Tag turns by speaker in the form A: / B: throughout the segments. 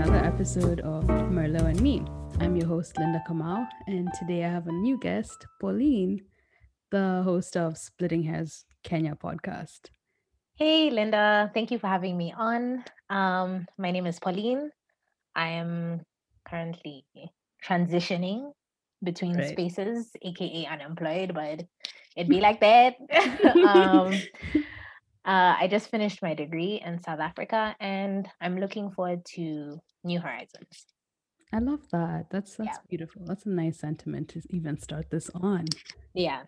A: episode of Merlo and Me. I'm your host, Linda Kamau, and today I have a new guest, Pauline, the host of Splitting Hairs Kenya podcast.
B: Hey, Linda. Thank you for having me on. Um, my name is Pauline. I am currently transitioning between
A: Right.
B: spaces, aka unemployed, but it'd be like that. um, uh, I just finished my degree in South Africa and I'm looking forward to new horizons.
A: I love that. That's that's
B: Yeah.
A: beautiful. That's a nice sentiment to even start this on.
B: Yeah.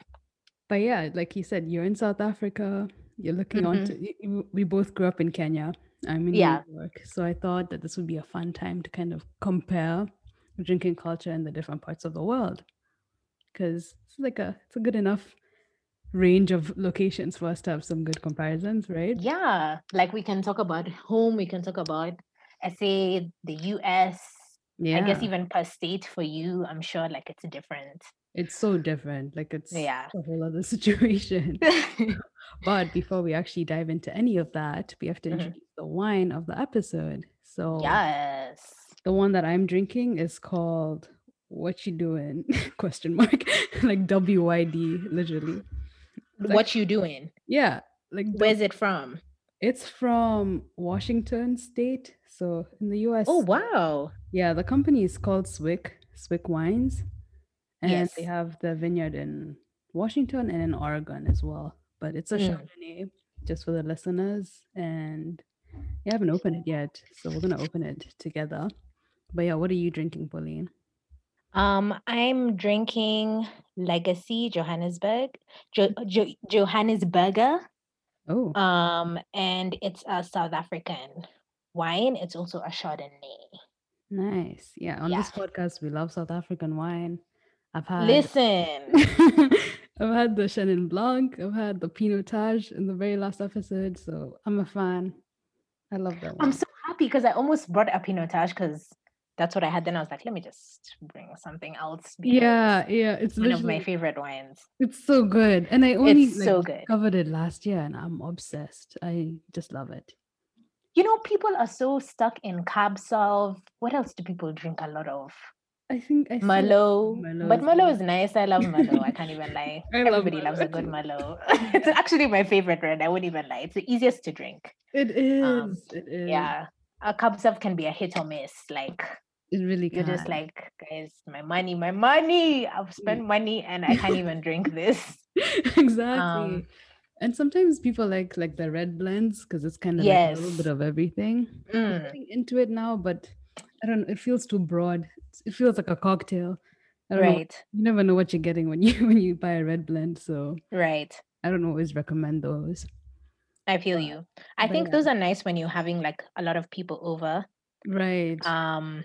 A: But yeah, like you said, you're in South Africa. You're looking on
B: Mhm.
A: to. y- y- We both grew up in Kenya. I'm in
B: Yeah.
A: New York, so I thought that this would be a fun time to kind of compare drinking culture in the different parts of the world, because it's like a it's a good enough range of locations for us to have some good comparisons, right?
B: Yeah. Like we can talk about home, we can talk about SA, the US.
A: Yeah,
B: I guess even per state for you, I'm sure like it's different.
A: it's so different. Like it's
B: Yeah.
A: a whole other situation. But before we actually dive into any of that, we have to
B: Mhm.
A: introduce the wine of the episode. So
B: yes.
A: the one that I'm drinking is called "What You Doing?" question mark like W Y D literally. It's
B: what
A: actu-
B: you doing?
A: yeah, like dub-
B: Where's it from?
A: it's from Washington State, so in the U.S.
B: Oh wow.
A: Yeah, the company is called Swick Swick Wines, and they
B: Yes.
A: have the vineyard in Washington and in Oregon as well. But it's a
B: Mm.
A: Chardonnay, just for the listeners, and yeah, I haven't opened it yet, so we're gonna open it together. But yeah, what are you drinking, Pauline?
B: Um, I'm drinking Legacy Johannesburg, jo- jo- Johannesburger.
A: Oh,
B: Um, and it's a South African wine. It's also a Chardonnay.
A: nice. Yeah, on
B: yeah.
A: this podcast, we love South African wine. I've had
B: Listen,
A: I've had the Chenin Blanc, I've had the Pinotage in the very last episode, so I'm a fan. I love that one.
B: I'm so happy because I almost brought a Pinotage because that's what I had. Then I was like, let me just bring something else. because
A: yeah, yeah, it's
B: One of my
A: literally,
B: favorite wines.
A: it's so good, and I only
B: it's
A: like,
B: so good.
A: discovered it last year, and I'm obsessed. I just love it.
B: You know, people are so stuck in cab salve. What else do people drink a lot of?
A: I think I see it.
B: Merlot.
A: Merlot
B: But
A: is
B: Merlot
A: nice.
B: is nice. I love Merlot. I can't even lie.
A: I love
B: Everybody loves a
A: Merlot
B: good
A: too.
B: Merlot. it's actually my favorite red. I wouldn't even lie. It's the easiest to drink.
A: it is.
B: um,
A: it is.
B: Yeah. A cab salve can be a hit or miss. Like
A: it really
B: you're
A: can.
B: just like, guys, my money, my money. I've
A: Mm.
B: spent money and I can't even drink this.
A: exactly.
B: Um,
A: and sometimes people like like the red blends because it's kind of like a little bit
B: Yes.
A: of everything. I'm
B: Mm,
A: getting into it now, but I don't know. It feels too broad. It feels like a cocktail. I don't know.
B: right.
A: You never know what you're getting when you when you buy a red blend. So
B: Right.
A: I don't always recommend those.
B: I feel
A: But-
B: you. I
A: but
B: think
A: yeah.
B: those are nice when you're having like a lot of people over.
A: Right.
B: Um,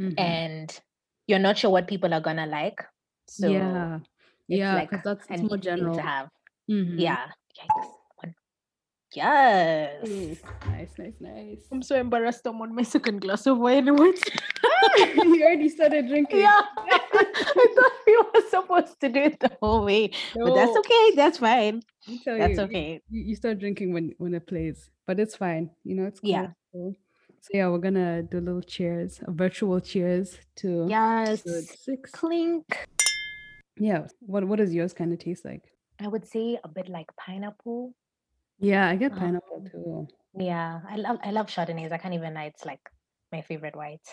A: Mhm.
B: Mm-hmm. and you're not sure what people are gonna like. So
A: yeah.
B: it's Mm-hmm.
A: Yeah.
B: like
A: Because that's it's
B: an
A: more
B: easy thing
A: general.
B: to have.
A: Mhm.
B: Yeah. Yikes. One- Yes.
A: Ooh, Nice, nice, nice.
B: I'm so embarrassed. I'm on my second glass of wine. What?
A: you already started drinking.
B: yeah. I thought we were supposed to do it the whole way, but that's
A: No,
B: okay. That's fine.
A: we tell
B: That's
A: you, you-
B: okay.
A: you, you start drinking when when it plays, but it's fine. You know, it's cool.
B: Yeah.
A: it's cool. So yeah, we're gonna do a little cheers, a virtual cheers to
B: Yes.
A: episode six.
B: Clink.
A: Yeah. What what does yours kind of taste like?
B: I would say a bit like pineapple.
A: Yeah, I get
B: Um,
A: pineapple too.
B: Yeah, I love I love Chardonnays. I can't even lie; it's like my favorite white.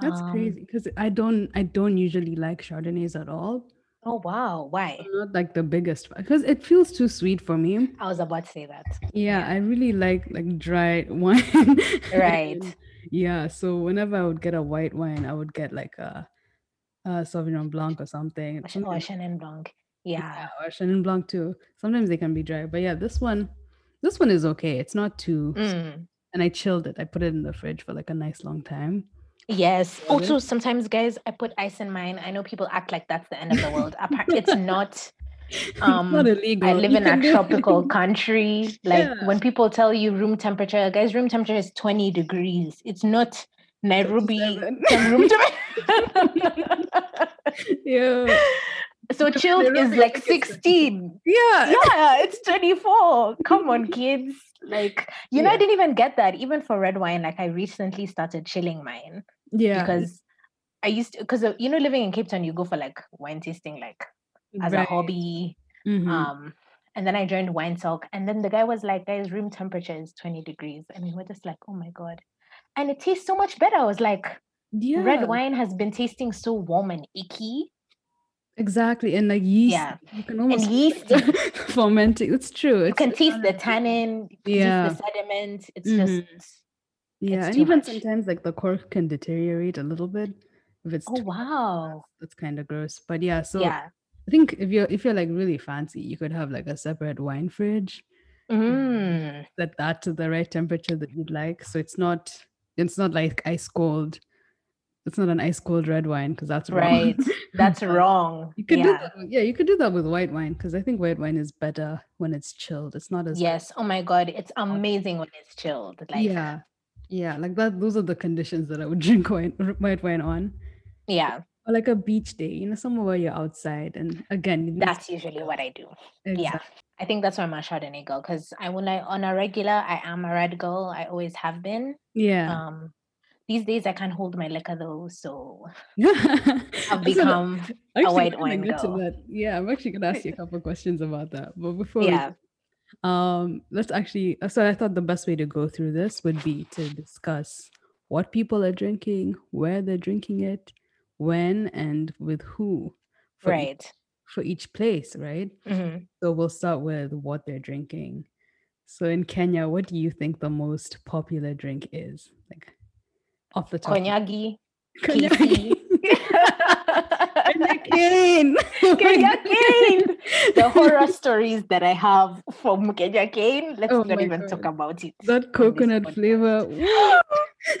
A: That's
B: Um,
A: crazy because I don't I don't usually like chardonnays at all.
B: Oh wow, why?
A: I'm not like the biggest because it feels too sweet for me.
B: I was about to say that.
A: Yeah, I really like like dry wine.
B: Right.
A: And, yeah, so whenever I would get a white wine, I would get like a, a Sauvignon Blanc or something.
B: Or Ch- Or
A: sometimes-
B: Chenin Blanc. Yeah.
A: or Chenin Blanc too. Sometimes they can be dry, but yeah, this one, this one is okay. It's not too. s-
B: Mm,
A: And I chilled it. I put it in the fridge for like a nice long time.
B: Yes.
A: Yeah,
B: Also, sometimes guys, I put ice in mine. I know people act like that's the end of the world. Appar- It's not.
A: It's
B: Um,
A: not illegal.
B: I live
A: You
B: in
A: can
B: a
A: do it.
B: tropical country. Like
A: Yeah.
B: when people tell you room temperature, guys, room temperature is 20 degrees. It's not Nairobi
A: 27.
B: tem- room temperature.
A: yeah,
B: So chilled
A: Nairobi,
B: is
A: I
B: like
A: think it's
B: 16.
A: yeah.
B: Yeah, it's 24. Come on, kids. Like, you know, I
A: Yeah.
B: didn't even get that even for red wine. Like, I recently started chilling mine
A: Yeah.
B: because I used to, because you know, living in Cape Town, you go for like wine tasting, like as a
A: Right.
B: hobby.
A: Mhm.
B: Um, and then I joined Wine Talk, and then the guy was like, "Guys, room temperature is twenty degrees," and we were just like, "Oh my god!" And it tastes so much better. I was like,
A: yeah.
B: "Red wine has been tasting so warm and icky."
A: Exactly. And like yeast.
B: Yeah.
A: You can almost
B: yeast.
A: fermenting. It's true.
B: You
A: it's-
B: can
A: it's
B: taste
A: not
B: the
A: as-
B: tannin, you can taste
A: Yeah. Mm-hmm.
B: the sediment. It's just,
A: Yeah.
B: it's
A: and
B: too
A: even
B: much.
A: sometimes like the cork can deteriorate a little bit if it's
B: oh
A: too
B: wow,
A: that's kind of gross. But yeah, so
B: yeah.
A: I think if you're if you're like really fancy, you could have like a separate wine fridge.
B: Mm.
A: set that to the right temperature that you'd like. So it's not it's not like ice cold. It's not an ice cold red wine because that's wrong.
B: Right, that's
A: But
B: wrong.
A: You could do
B: Yeah.
A: that. with- Yeah, you could do that with white wine because I think white wine is better when it's chilled. It's not as
B: Yes. Oh my god, it's amazing when it's chilled. Like, yeah.
A: yeah, yeah. Like that. Those are the conditions that I would drink wine, r- white wine on. Or like a beach day, you know, somewhere where you're outside, and again, you need
B: that's usually what I do. Yeah.
A: exact-
B: I think that's where I'm a Chardonnay girl because I will like on a regular, I am a red girl. I always have been.
A: yeah.
B: Um these days I can't hold my liquor though, so I've
A: That's what-
B: become
A: I'm actually
B: white
A: gonna
B: wine
A: get to
B: girl.
A: that. Yeah, I'm actually gonna ask you a couple questions about that. But before we
B: yeah.
A: Um, let's actually. uh, So I thought the best way to go through this would be to discuss what people are drinking, where they're drinking it, when, and with who for each,
B: Right.
A: for each place, right?
B: Mhm.
A: So we'll start with what they're drinking. So in Kenya, what do you think the most popular drink is? Like off the top. of-
B: Konyagi.
A: Cognac. Kenya cane. Oh my
B: Kenya
A: goodness.
B: cane. The horror stories that I have from Kenya cane, let's
A: Oh
B: not
A: my
B: even talk
A: God.
B: about it. on
A: That
B: this
A: coconut
B: podcast.
A: flavor.
B: I
A: Woo.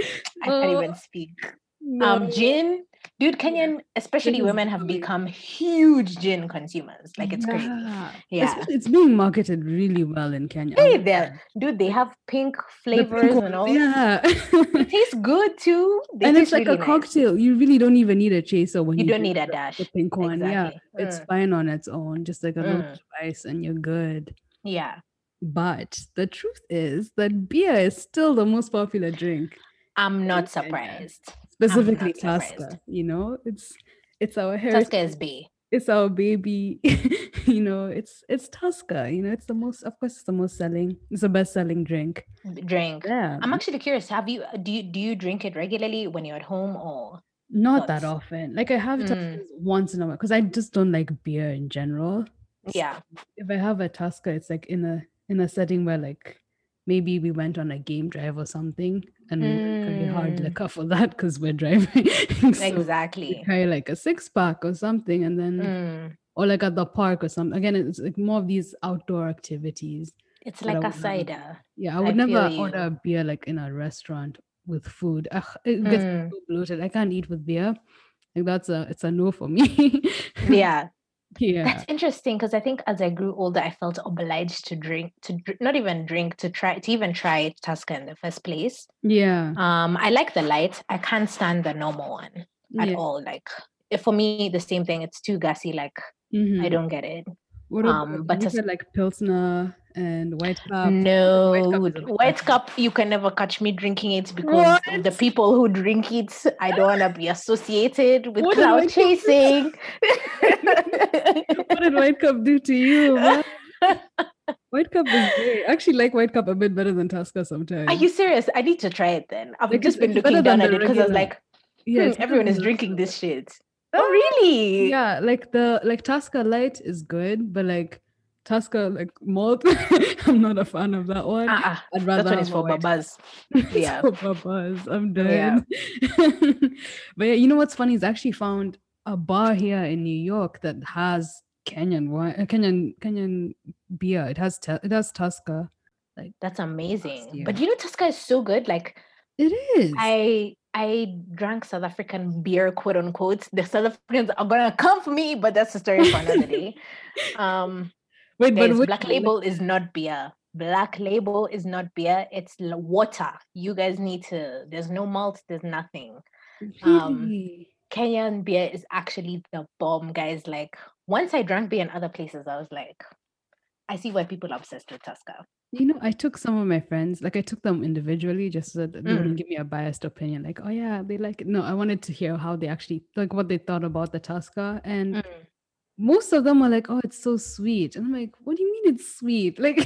B: can't
A: Oh,
B: even speak. um
A: no.
B: gin dude
A: Yeah.
B: kenyan especially
A: is
B: women have
A: really-
B: become huge gin consumers like it's crazy
A: Yeah.
B: Yeah.
A: Especially it's being marketed really well in Kenya. I'm
B: hey
A: like,
B: there dude they have pink
A: the pink
B: flavors
A: ones,
B: and all
A: Yeah.
B: it tastes good too They
A: and it's
B: taste
A: like
B: really
A: a
B: nice.
A: cocktail. You really don't even need a chaser when
B: you
A: you,
B: don't
A: drink
B: need a
A: the-
B: dash
A: The pink one, yeah.
B: exactly
A: It's
B: Mm,
A: fine on its own, just like a little
B: Mm.
A: spice, and you're good.
B: yeah
A: But the truth is that beer is still the most popular drink,
B: i'm
A: Kenya.
B: not surprised
A: specifically
B: not
A: Tusker.
B: surprised.
A: You know, it's it's our heritage.
B: tusker is b
A: it's our baby you know it's it's tusker you know it's the most of course it's the most selling it's the best selling drink
B: drink
A: yeah
B: i'm actually curious have you do you do you drink it regularly when you're at home or
A: not that
B: nuts.
A: often like i have
B: Mm.
A: tuskers once in a while because i just don't like beer in general
B: yeah
A: if i have a tusker it's like in a in a setting where like maybe we went on a game drive or something and we carry hard
B: Mm.
A: liquor for that because we're driving so we
B: exactly
A: carry like a six pack or something and then
B: Mm.
A: or like at the park or something again it's like more of these outdoor activities
B: it's
A: But I
B: like a
A: would never do
B: cider
A: Yeah, I
B: I
A: would
B: feel
A: never
B: you.
A: order a beer like in a restaurant with food. Ugh, it gets me
B: Mm.
A: so bloated. I can't eat with beer. Like that's a it's a no for me.
B: yeah
A: yeah.
B: That's interesting because I think as I grew older, I felt obliged to drink, to dr- not even drink, to try, to even try Tusker in the first place.
A: Yeah.
B: Um, I like the light. I can't stand the normal one at
A: yeah.
B: all. Like it- for me, the same thing. It's too gassy. Like I
A: mhm.
B: don't get it.
A: What about
B: um, but
A: but you
B: as-
A: said like Pilsner and Oh, White Cup?
B: no,
A: White Cup
B: White
A: is a
B: cup,
A: bit gassy.
B: you can never catch me drinking it because of the
A: What?
B: people who drink it, I don't want to be associated with
A: What did
B: cloud
A: White Cup do?
B: chasing.
A: What did White Cup do to you? man? White Cup is great. I actually like White Cup a bit better than Tasca sometimes.
B: Are you serious? I need to try it then. I've
A: Like,
B: just
A: it's-
B: been
A: it's better
B: looking down
A: than
B: at
A: the
B: it because I was
A: regular.
B: like,
A: yeah,
B: "Hmm,
A: it's better
B: everyone
A: than
B: is
A: the
B: drinking
A: regular.
B: this shit. Oh, really?
A: Yeah, like the like Tusker Light is good, but like Tusker like malt, I'm not a fan of that one.
B: Uh-uh.
A: I'd
B: That
A: rather
B: one is
A: have a
B: for
A: white.
B: babas. yeah.
A: It's for papas. I'm
B: Yeah.
A: done. but yeah, you know what's funny is I actually found a bar here in New York that has Kenyan wine, uh, Kenyan Kenyan beer. It has tu- it has Tusker.
B: That's amazing. But
A: year.
B: you know, Tusker is so good. Like,
A: It is.
B: I I drank South African beer, quote unquote. The South Africans are gonna come for me, but that's a story for another day. Um,
A: Wait,
B: guys,
A: which-
B: Black Label is not beer. Black Label is not beer. It's l- water. You guys need to. There's no malt. There's nothing. um,
A: Really?
B: Kenyan beer is actually the bomb, guys. Like once I drank beer in other places, I was like, I see why people are obsessed with Tusker.
A: You know, I took some of my friends, like I took them individually just so that they
B: Mm.
A: wouldn't give me a biased opinion. Like, oh yeah, they like it. No, I wanted to hear how they actually like what they thought about the Tasca. And
B: Mm.
A: most of them were like, oh, it's so sweet. And I'm like, what do you mean it's sweet? Like,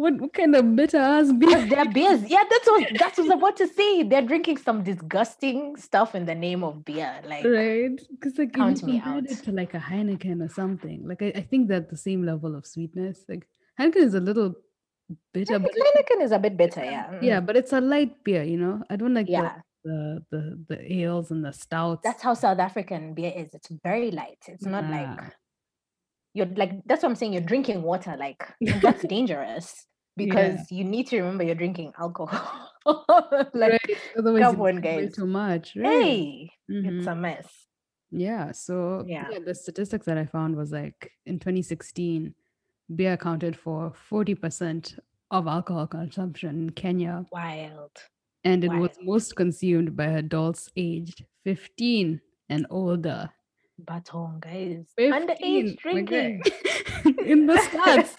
A: what, what kind of bitter ass
B: Because
A: beer?
B: they're beers. Yeah, that's what that's what I was about to say. They're drinking some disgusting stuff in the name of beer. Like
A: Right? Because like if
B: Count
A: you
B: me
A: compared
B: out.
A: it to like a Heineken or something, like I, I think they're at the same level of sweetness. Like Heineken is a little bitter, but it's-
B: Heineken is a bit bitter, yeah. Mm.
A: yeah, but it's a light beer, you know. I don't like the-
B: Yeah.
A: the, the the ales and the stouts.
B: That's how South African beer is. It's very light. It's not
A: Nah.
B: like you're like that's what I'm saying. You're drinking water, like and that's dangerous
A: Yeah.
B: because you need to remember you're drinking alcohol. like
A: Right, Otherwise,
B: come
A: you
B: on,
A: drink way
B: guys.
A: too much. Right?
B: hey, it's
A: Mhm.
B: a mess.
A: Yeah. So
B: Yeah.
A: yeah, the statistics that I found was like in 2016, beer accounted for 40% of alcohol consumption in Kenya,
B: Wild.
A: and it was
B: Wild.
A: most consumed by adults aged 15 and older.
B: Baton, guys.
A: 15,
B: Underage
A: my guy.
B: drinking.
A: in the stats,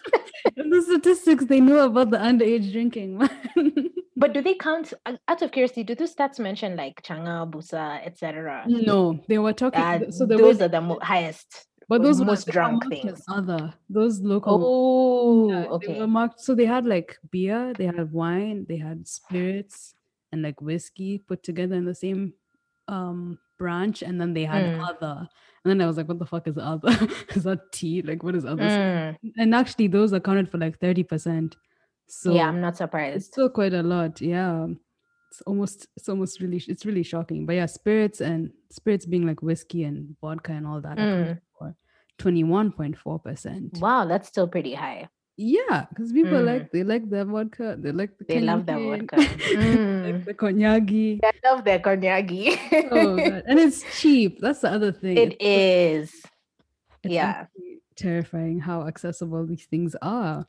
A: in the statistics, they know about the underage drinking. man.
B: But do they count uh, out of curiosity? Do those stats mention like Changa, Busa, etc.?
A: no, they were talking.
B: Uh,
A: th- so there
B: those
A: was,
B: are the mo- highest.
A: but those were-
B: most
A: they were
B: drunk
A: marked as
B: things.
A: Other those local.
B: Oh,
A: Yeah, They
B: okay.
A: were marked. So they had like beer, they had wine, they had spirits, and like whiskey put together in the same um branch, and then they had
B: Mm.
A: other. And then I was like, what the fuck is other? is that tea? Like, what is other?
B: Mm,
A: And actually, those accounted for like thirty percent. So
B: yeah, I'm not
A: it's
B: surprised.
A: still quite a lot. Yeah, it's almost it's almost really it's really shocking. But yeah, spirits and spirits being like whiskey and vodka and all that
B: Mm.
A: accounted for twenty one point four percent.
B: Wow, that's still pretty high.
A: Yeah, because people
B: Mm.
A: like they like their vodka, they like the
B: They love their
A: Kenyan
B: vodka.
A: gin, they
B: Mm.
A: like the cognac.
B: I love their cognagi.
A: Oh, God. and it's cheap. That's the other thing.
B: it is.
A: it's
B: yeah.
A: actually terrifying how accessible these things are.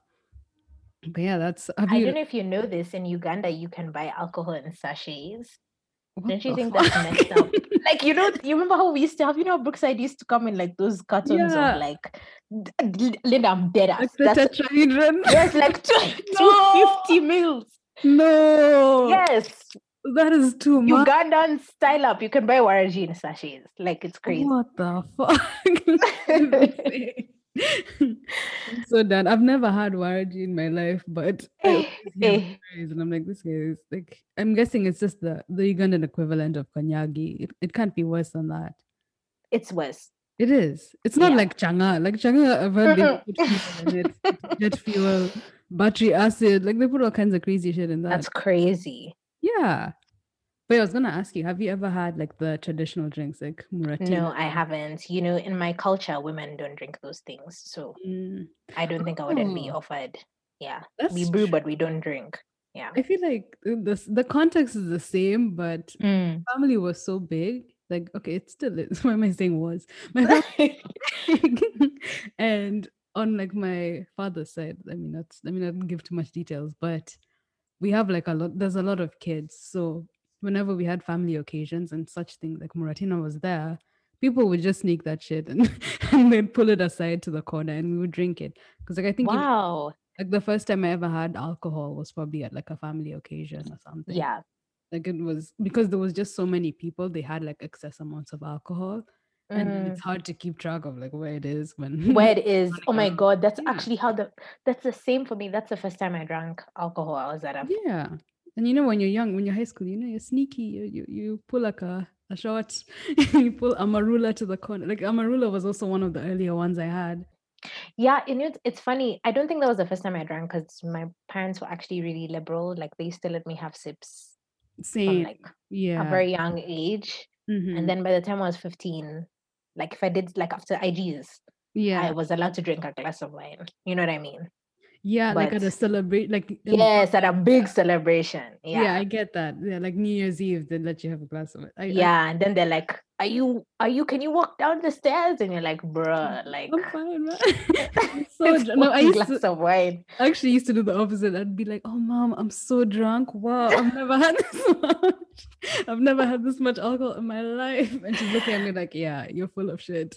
A: But yeah, that's have
B: I
A: you?
B: don't know if you know this. In Uganda, you can buy alcohol in sachets.
A: what
B: Don't you
A: the
B: think
A: fuck?
B: that's messed up? Like you know, you remember how we used to have? You know, how Brookside used to come in like those cartons
A: Yeah.
B: of like, d- d- Linda, I'm dead ass.
A: like the
B: That's
A: tetrahedron?
B: yes, like two,
A: No.
B: 250 mils.
A: no,
B: Yes,
A: that is too much.
B: Ugandan style up. You can buy waraji in sachets. Like it's crazy.
A: What the fuck? I'm so done. I've never had waraji in my life, but I always hear
B: Eh,
A: stories and I'm like, this guy is like. I'm guessing it's just the the Ugandan equivalent of konyagi. It, it can't be worse than that.
B: it's worse.
A: It is. It's not
B: Yeah.
A: like changa. Like changa, I've heard
B: Mm-mm.
A: they put fuel in it, jet fuel, battery acid. Like they put all kinds of crazy shit in that.
B: That's crazy.
A: yeah. But I was gonna ask you, have you ever had like the traditional drinks like murati?
B: No, I haven't. You know, in my culture, women don't drink those things. So I don't think I wouldn't be
A: Oh.
B: offered. Yeah.
A: Mm, that's
B: We brew, but we don't drink. Yeah.
A: I feel like the s- the context is the same, but
B: Mm.
A: family was so big. Like, okay, it still is. Why am I saying was? My family and on like my father's side, I mean, that's I mean, I don't give too much details, but we have like a lot. There's a lot of kids, so whenever we had family occasions and such things, like Muratina was there. People would just sneak that shit and, and they'd pull it aside to the corner and we would drink it. Because like I think even-
B: wow.
A: like the first time I ever had alcohol was probably at like a family occasion or something.
B: Yeah.
A: Like it was because there was just so many people, they had like excess amounts of alcohol. And then
B: Mm.
A: it's hard to keep track of like where it is when
B: Where it is. Oh my
A: around.
B: God. That's
A: Yeah.
B: actually how the, that's the same for me. That's the first time I drank alcohol. I was at a,
A: Yeah. And you know when you're young, when you're high school, you know you're sneaky. You you, you pull like a, a shot, you pull Amarula to the corner. Like Amarula was also one of the earlier ones I had.
B: yeah. And it's, it's funny. I don't think that was the first time I drank because my parents were actually really liberal. Like they used to let me have sips from
A: Same.
B: like
A: yeah.
B: a very young age.
A: Mhm.
B: And then by the time I was 15, like if I did like after IGs,
A: yeah.
B: I was allowed to drink a glass of wine. You know what I mean?
A: yeah, like at a
B: but-
A: celebrate like in-
B: Yes, at a big celebration.
A: Yeah.
B: Yeah.
A: I get that. Yeah, like New Year's Eve, they let you have a glass of it. I, I-
B: yeah. And then they're like, Are you are you can you walk down the stairs? And you're like, bruh, like
A: I'm fine, man. I'm so
B: it's
A: dr- Oh no, I
B: one
A: used
B: glass
A: to,
B: of wine.
A: I actually used to do the opposite. I'd be like, "Oh, mom, I'm so drunk. Wow, I've never had this much. I've never had this much alcohol in my life." And she's looking at me like, "Yeah, you're full of shit."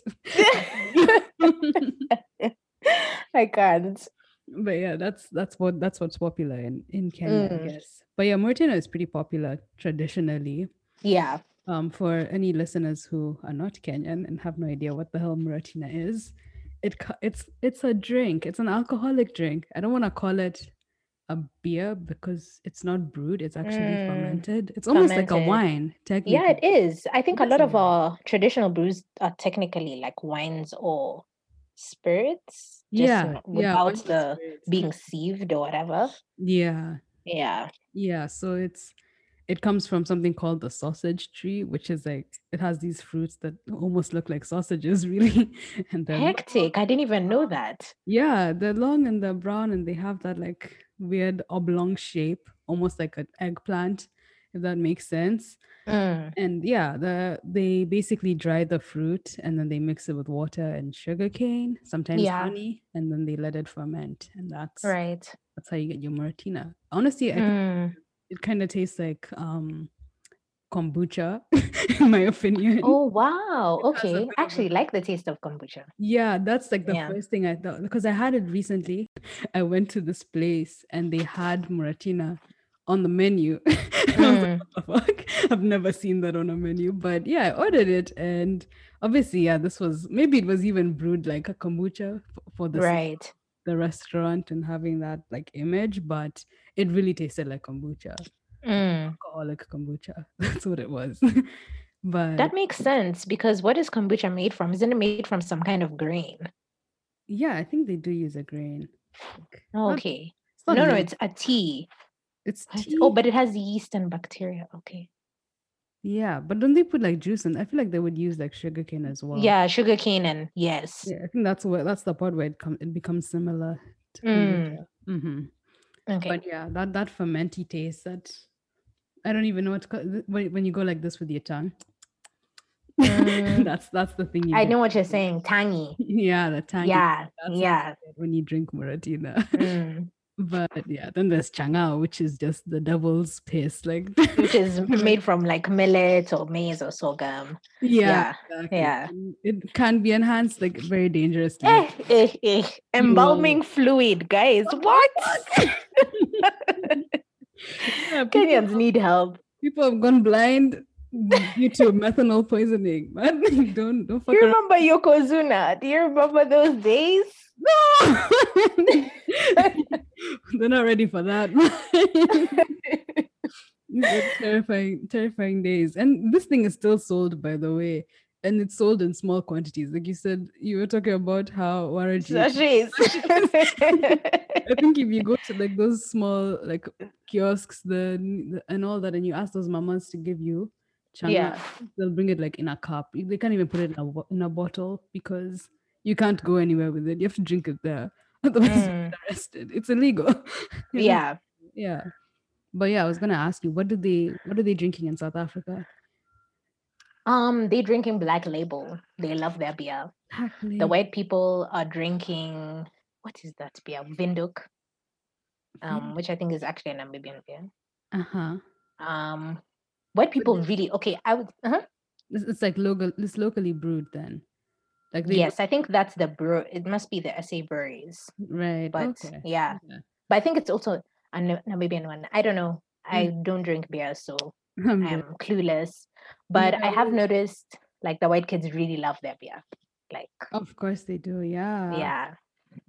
B: I can't.
A: but yeah, that's that's what that's what's popular in in Kenya, I
B: Mm.
A: guess. But yeah, Mauritania is pretty popular traditionally.
B: Yeah.
A: Um, for any listeners who are not Kenyan and have no idea what the hell Mauritania is, it co- it's it's a drink. It's an alcoholic drink. I don't want to call it a beer because it's not brewed. It's actually
B: Mm.
A: fermented. It's almost like a
B: Fermented.
A: wine, technically.
B: Yeah, it is. I think a lot of
A: Yeah.
B: our traditional brews are technically like wines or spirits. Just
A: Yeah,
B: not
A: yeah,
B: Without
A: wine
B: the
A: spirits.
B: being sieved or whatever.
A: yeah,
B: Yeah.
A: Yeah, so it's it comes from something called the sausage tree, which is like it has these fruits that almost look like sausages, really. And they're long-
B: Hectic. I didn't even know that.
A: yeah, they're long and they're brown and they have that like weird oblong shape, almost like an eggplant, if that makes sense.
B: Mm.
A: And yeah, the they basically dry the fruit and then they mix it with water and sugar cane, sometimes
B: Yeah.
A: honey, and then they let it ferment. And that's
B: Right.
A: that's how you get your Martina. Honestly, I think
B: Mm.
A: it kind of tastes like um kombucha in my opinion
B: Oh wow.
A: It has a bit
B: Okay.
A: of a-
B: Actually like the taste of kombucha.
A: yeah that's like the
B: Yeah.
A: first thing i thought because i had it recently i went to this place and they had muratina on the menu And I was like,
B: Mm.
A: "What the fuck? i've never seen that on a menu but yeah i ordered it and obviously yeah this was maybe it was even brewed like a kombucha f- for the
B: Right.
A: the restaurant and having that like image but it really tasted like kombucha
B: Mm.
A: alcoholic kombucha. That's what it was. but
B: That makes sense because what is kombucha made from? Isn't it made from some kind of grain?
A: yeah, I think they do use a grain. Like, not-
B: Oh, Okay.
A: it's
B: No,
A: not
B: no,
A: milk,
B: it's a tea.
A: it's
B: What?
A: tea.
B: Oh, but it has yeast and bacteria. Okay.
A: yeah, but don't they put like juice in? I feel like they would use like sugar cane as well.
B: Yeah, sugar cane and yes.
A: Yeah, I think that's where that's the part where it come it becomes similar to
B: Mm,
A: hmm
B: okay.
A: But yeah, that that fermenty taste that I don't even know what to call th- when when you go like this with your tongue.
B: Mm.
A: that's that's the thing you
B: I
A: get.
B: know what you're saying. Tangy.
A: Yeah, the tangy.
B: Yeah.
A: That's what you
B: yeah.
A: get When you drink Muratina.
B: Mm.
A: But yeah, then there's Changao, which is just the devil's piss. Like,
B: Which is made from like millet or maize or sorghum.
A: yeah,
B: yeah,
A: exactly.
B: yeah.
A: And It can be enhanced like very dangerously.
B: Eh, eh, eh. Embalming fluid, guys. What?
A: Yeah, people,
B: Kenyans need help.
A: people have gone blind due to methanol poisoning, man. don't don't fuck
B: You
A: around.
B: remember Yokozuna? Do you remember those days?
A: They're not ready for that. These are terrifying, terrifying days. And this thing is still sold, by the way. And it's sold in small quantities. Like you said, you were talking about how Waraji.
B: Sachets.
A: I think if you go to like those small like kiosks then the- and all that, and you ask those mamas to give you changa,
B: yeah.
A: they'll bring it like in a cup. They can't even put it in a, bo- in a bottle because you can't go anywhere with it. You have to drink it there. Otherwise,
B: Mm.
A: you're arrested. It's illegal. You know?
B: Yeah.
A: yeah. But yeah, I was gonna ask you, what do they what are they drinking in South Africa?
B: Um, they drinking black label. They love their beer. The white people are drinking what is that beer? Vinduk, um, which I think is actually an Namibian beer.
A: Uh huh.
B: Um, white people
A: Goodness.
B: really okay. I would uh
A: It's, it's like local. It's locally brewed then. Like they
B: yes, I think that's the brew. It must be the SA breweries,
A: right.
B: but
A: okay.
B: yeah,
A: okay.
B: but I think it's also a Na- Namibian one. I don't know. I don't drink beer, so
A: I'm
B: I'm
A: good.
B: clueless. But I have
A: Yeah.
B: noticed like the white kids really love their beer. Like
A: Of course they do. Oh, Yeah.
B: yeah,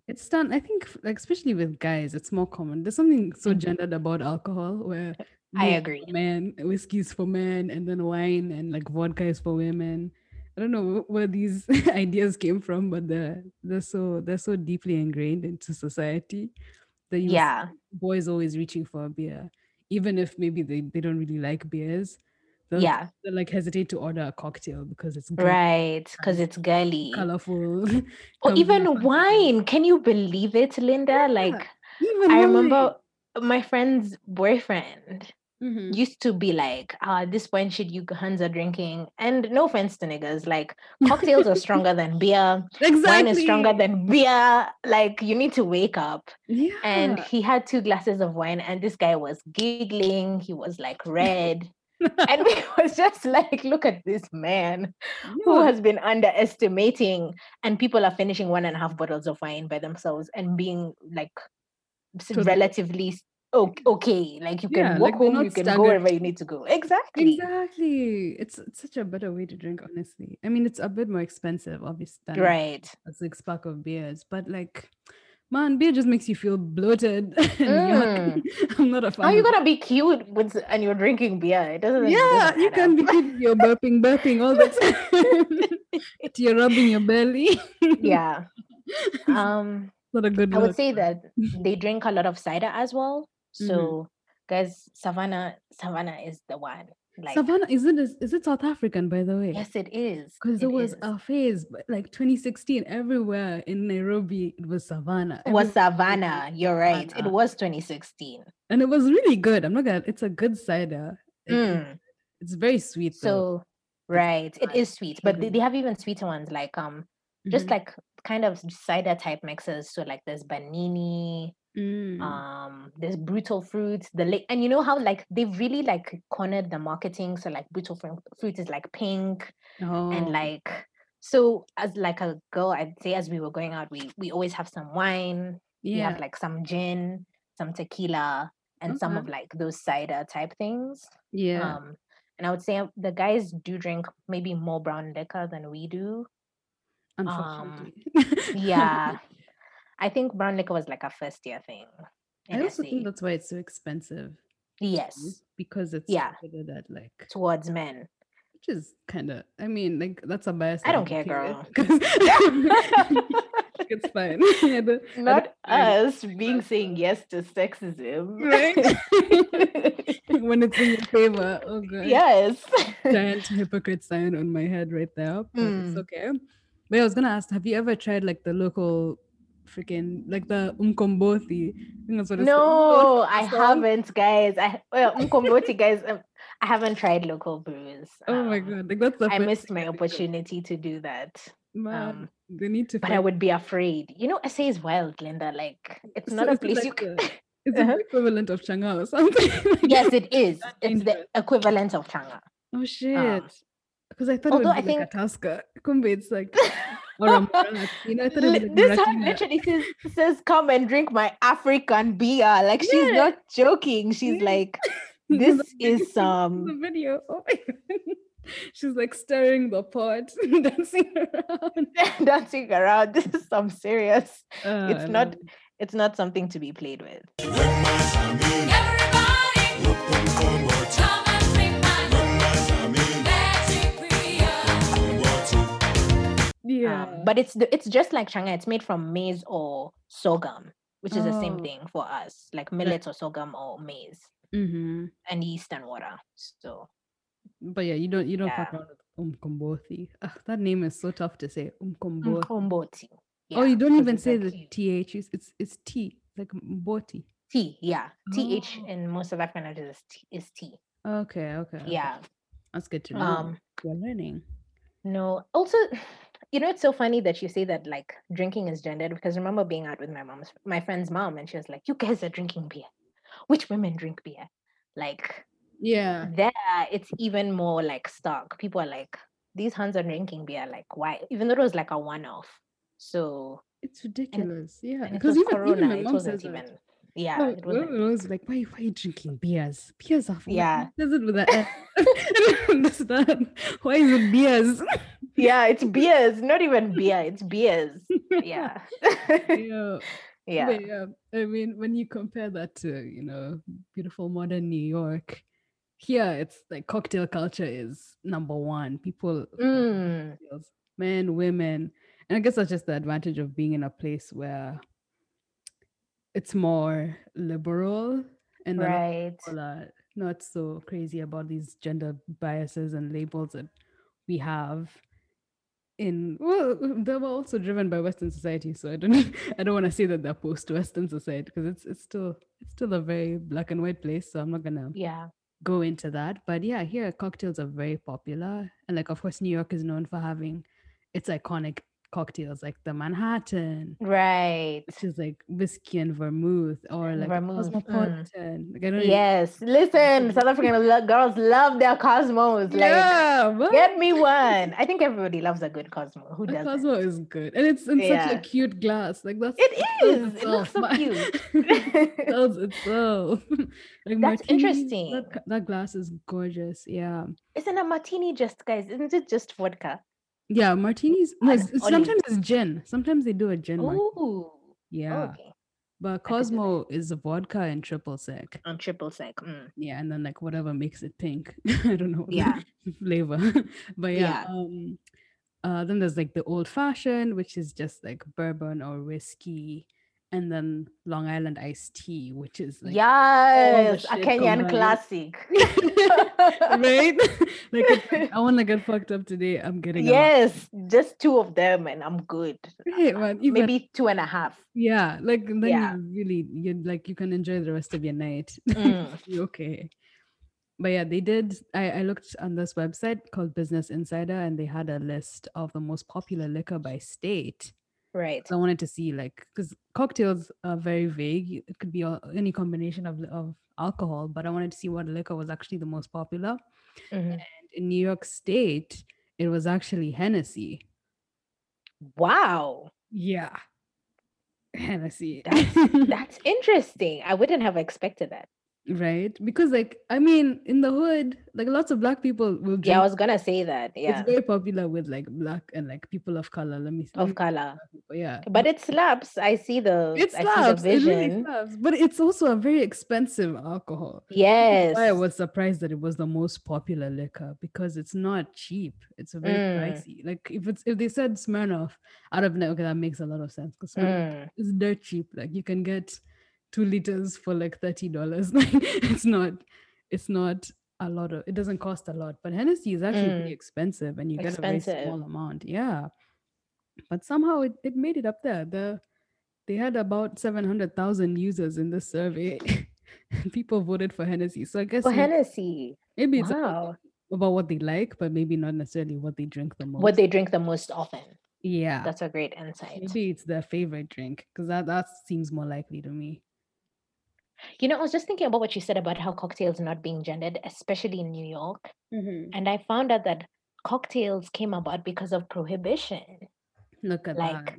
A: It's done. I think f- like especially with guys, it's more common. There's something so
B: Mhm.
A: gendered about alcohol where
B: I
A: beer is
B: agree.
A: for men whiskey's for men, and then wine and like vodka is for women. I don't know where these ideas came from, but they're they're so they're so deeply ingrained into society that you will see
B: yeah.
A: boys always reaching for a beer, even if maybe they, they don't really like beers. They'll,
B: Yeah,
A: they'll like hesitate to order a cocktail because it's
B: right. Because it's girly.
A: colorful.
B: Or
A: Come
B: even
A: on.
B: wine. Can you believe it, Linda? Like,
A: even
B: I
A: wine.
B: remember my friend's boyfriend
A: Mhm.
B: used to be like, "Ah, at this point, should you guns are drinking? And no offense to niggas, like, cocktails are stronger than beer.
A: exactly.
B: Wine is stronger than beer. Like, you need to wake up.
A: Yeah.
B: And he had two glasses of wine, and this guy was giggling. He was like red. and we was just like, look at this man who has been underestimating, and people are finishing one and a half bottles of wine by themselves and being like s-
A: Totally.
B: relatively o- okay. Like you can
A: Yeah,
B: walk
A: like, we're
B: home,
A: not
B: you can go
A: staggered.
B: wherever you need to go. Exactly.
A: Exactly. It's, it's such a better way to drink, honestly. I mean, it's a bit more expensive, obviously, than
B: Right.
A: a six pack of beers, but like, man, beer just makes you feel bloated. and yuck. I'm not a fan.
B: How are Mm. Oh, you
A: of
B: gonna be cute with and you're drinking beer? It doesn't. it
A: Yeah,
B: doesn't
A: you
B: add
A: can be
B: up.
A: good. You're burping, burping all the time. But You're rubbing your belly.
B: yeah. Um.
A: Not a good
B: I would
A: look.
B: say that they drink a lot of cider as well.
A: Mm-hmm.
B: So, guys, Savannah, Savannah is the one. Like,
A: Savannah, is it is it South African by the way?
B: yes, it is.
A: Because there
B: it
A: was
B: is.
A: a phase but, like 2016, everywhere in Nairobi it was Savannah.
B: It was
A: Everywhere-
B: Savannah. You're right. It
A: Savannah.
B: was 2016.
A: and it was really good. I'm not gonna it's a good cider. It- it-
B: Mm,
A: It's very sweet though.
B: So, right, it
A: fine.
B: is sweet, but they,
A: Mhm.
B: they have even sweeter ones like um, just
A: Mhm.
B: like kind of cider type mixes. So like there's Banini,
A: Mm.
B: um there's brutal fruit the lake and you know how like they've really like cornered the marketing so like brutal fruit, fruit is like pink
A: Oh,
B: um, and like so as like a girl i'd say as we were going out we we always have some wine we
A: yeah.
B: have like some gin some tequila and some
A: Okay.
B: of like those cider type things
A: yeah.
B: um and i would say the guys do drink maybe more brown liquor than we do
A: unfortunately.
B: um, yeah i think brown liquor was like a first year thing
A: I
B: in
A: also think
B: SA.
A: that's why it's so expensive.
B: yes
A: Because it's
B: Mm. Yeah.
A: considered that like
B: towards men.
A: which is kind of i mean like that's a bias
B: I
A: that
B: don't care,
A: carry
B: girl.
A: with, 'cause- it's fine I don't-
B: Not
A: mind.
B: us being saying yes to sexism.
A: Right? when it's in your favor oh god
B: yes.
A: giant hypocrite sign on my head right there but it's
B: Mm.
A: okay but i was gonna ask have you ever tried like the local freaking like the umkombothi i think that's what it's called.
B: no, I
A: Awesome.
B: haven't, guys. I well, Mkomboti, guys. Um, I haven't tried local brews.
A: oh my
B: Um,
A: god like that's the
B: I
A: first
B: missed
A: thing
B: my
A: think of.
B: opportunity to do that,
A: Man,
B: um,
A: they need to
B: but I would be afraid. You know, SA is wild, Linda. Like, it's
A: So
B: not a
A: is it
B: place
A: like
B: you can.
A: the- it's
B: Uh-huh.
A: the equivalent of Chang'an or something like-
B: yes, it is.
A: that
B: It's the
A: dangerous.
B: equivalent of Tanga.
A: Oh shit! Because I thought
B: although
A: it would be
B: I
A: like a Tusker. Kumbe, it's like or a Marathi. You know, I thought it
B: Li-
A: would be
B: this
A: like
B: hand
A: Marathi.
B: literally says, says, "Come and drink my African beer." Like she's
A: Yeah.
B: not joking. She's
A: Yeah.
B: like,
A: There's a
B: "This
A: video-
B: is
A: there's a
B: um."
A: video. Oh my God. She's like stirring the pot, dancing around.
B: dancing around. This is some serious.
A: Uh,
B: It's not. It's not something to be played with. Um,
A: Yeah,
B: but it's the, it's just like changa. It's made from maize or sorghum, which is the same
A: Oh.
B: thing for us, like millet or sorghum or maize
A: hmm
B: and yeast and water. So
A: but yeah, you don't you don't fuck
B: Yeah.
A: around with Umkombothi. Ugh, that name is so tough to say. Umkombothi.
B: mkomboti.
A: oh, you
B: yeah,
A: don't
B: 'cause
A: even
B: it's
A: say
B: like
A: the
B: you-
A: th. It's it's, it's t like mboti.
B: T, yeah. TH
A: Oh.
B: in most South African languages is T. Is T.
A: Okay, okay. okay.
B: Yeah.
A: that's good to know.
B: Um,
A: We're learning.
B: no. Also, you know, it's so funny that you say that like drinking is gendered because I remember being out with my mom's, my friend's mom, and she was like, "You guys are drinking beer. Which women drink beer?" Like
A: Yeah.
B: there, it's even more like stark. People are like, "These hands are drinking beer. Like why?" Even though it was like a one-off. So
A: It's ridiculous. yeah.
B: and it
A: Because
B: was
A: even, even
B: Corona.
A: my
B: It
A: mom says
B: wasn't
A: that.
B: even. Yeah,
A: Oh,
B: it wasn't.
A: I was like, why, why are you drinking beers? Beers are for
B: Yeah.
A: Does it with that? I don't understand. Why is it beers?
B: Yeah, it's beers. Not even beer. It's beers. Yeah.
A: yeah.
B: yeah.
A: But yeah. I mean, when you compare that to, you know, beautiful modern New York, here it's like cocktail culture is number one. People
B: Mm,
A: cocktails, men, women. And I guess that's just the advantage of being in a place where it's more liberal and a lot of
B: right.
A: people are not so crazy about these gender biases and labels that we have in well they were also driven by western society so i don't i don't want to say that they're post western society because it's it's still it's still a very black and white place so i'm not gonna
B: Yeah.
A: go into that. But yeah, here cocktails are very popular. And like of course New York is known for having its iconic cocktails like the Manhattan,
B: Right.
A: which is like whiskey and vermouth, or like a
B: Vermouth, mm.
A: cosmopolitan. Like I don't even-
B: Yes. Listen, South African lo- girls love their Cosmos. Like,
A: yeah, what?
B: get me one. I think everybody loves a good Cosmo. Who
A: The
B: doesn't?
A: Cosmo is good, and it's in such
B: Yeah.
A: a cute glass. Like that's
B: It
A: sells
B: is. It
A: itself.
B: looks so
A: My-
B: cute.
A: sells itself. like
B: That's
A: martinis,
B: interesting.
A: That, ca- that glass is gorgeous. Yeah,
B: Isn't a martini just, guys? Isn't it just vodka?
A: yeah. Martinis. No,
B: An
A: it's- it's-
B: olive.
A: sometimes it's gin. Sometimes they do a gin. martini.
B: Ooh.
A: Yeah,
B: Oh, Okay.
A: but
B: could do that.
A: Cosmo is a vodka and triple sec.
B: On triple sec. Mm.
A: yeah and then like whatever makes it pink i don't know
B: Yeah.
A: flavor but yeah,
B: Yeah.
A: um uh then there's like the old fashioned which is just like bourbon or whiskey and then long island iced tea which is like
B: yes. A
A: shit
B: Kenyan
A: combined.
B: classic.
A: right like it's like, i want to get fucked up today i'm getting a
B: yes. Just two of them and I'm good.
A: lot. Right, man, even-
B: Maybe two and a half.
A: yeah like then
B: Yeah.
A: you really you like you can enjoy the rest of your night
B: Mm.
A: You okay but yeah they did I, I looked on this website called business insider and they had a list of the most popular liquor by state
B: Right.
A: so i wanted to see like because cocktails are very vague you- it could be all, any combination of, of alcohol but i wanted to see what liquor was actually the most popular
B: Mhm.
A: and in new york state it was actually hennessy
B: Wow.
A: yeah hennessy
B: That's that's interesting. I wouldn't have expected that.
A: right because like i mean in the hood like lots of black people will drink
B: Yeah, I was gonna say that. Yeah.
A: it's very popular with like black and like people of color. Let me
B: Of
A: color.
B: color.
A: Yeah.
B: But it slaps. I see the
A: It
B: I
A: slaps.
B: see the
A: It
B: vision.
A: really slaps. But it's also a very expensive alcohol. Which is
B: yes.
A: Why I was surprised that it was the most popular liquor because it's not cheap. It's very
B: Mm.
A: pricey. Like if it's if they said Smirnoff, out of okay, that makes a lot of sense because
B: Mm.
A: it's dirt cheap. Like you can get two liters for like thirty dollars. Like it's not, it's not a lot of. It doesn't cost a lot. But Hennessy is actually pretty expensive, and you get a very
B: Mm. Expensive.
A: small amount. Yeah, but somehow it, it made it up there. The they had about seven hundred thousand users in this survey. and People voted for Hennessy, so I guess
B: For
A: may-
B: Hennessy.
A: maybe it's about,
B: Wow.
A: about what they like, but maybe not necessarily what they drink the most.
B: What they drink the most often.
A: yeah,
B: That's a great insight.
A: Maybe it's their favorite drink because that, that seems more likely to me.
B: You know, I was just thinking about what you said about how cocktails not being gendered, especially in New York.
A: Mm-hmm.
B: And I found out that cocktails came about because of prohibition.
A: Look at
B: Like,
A: that.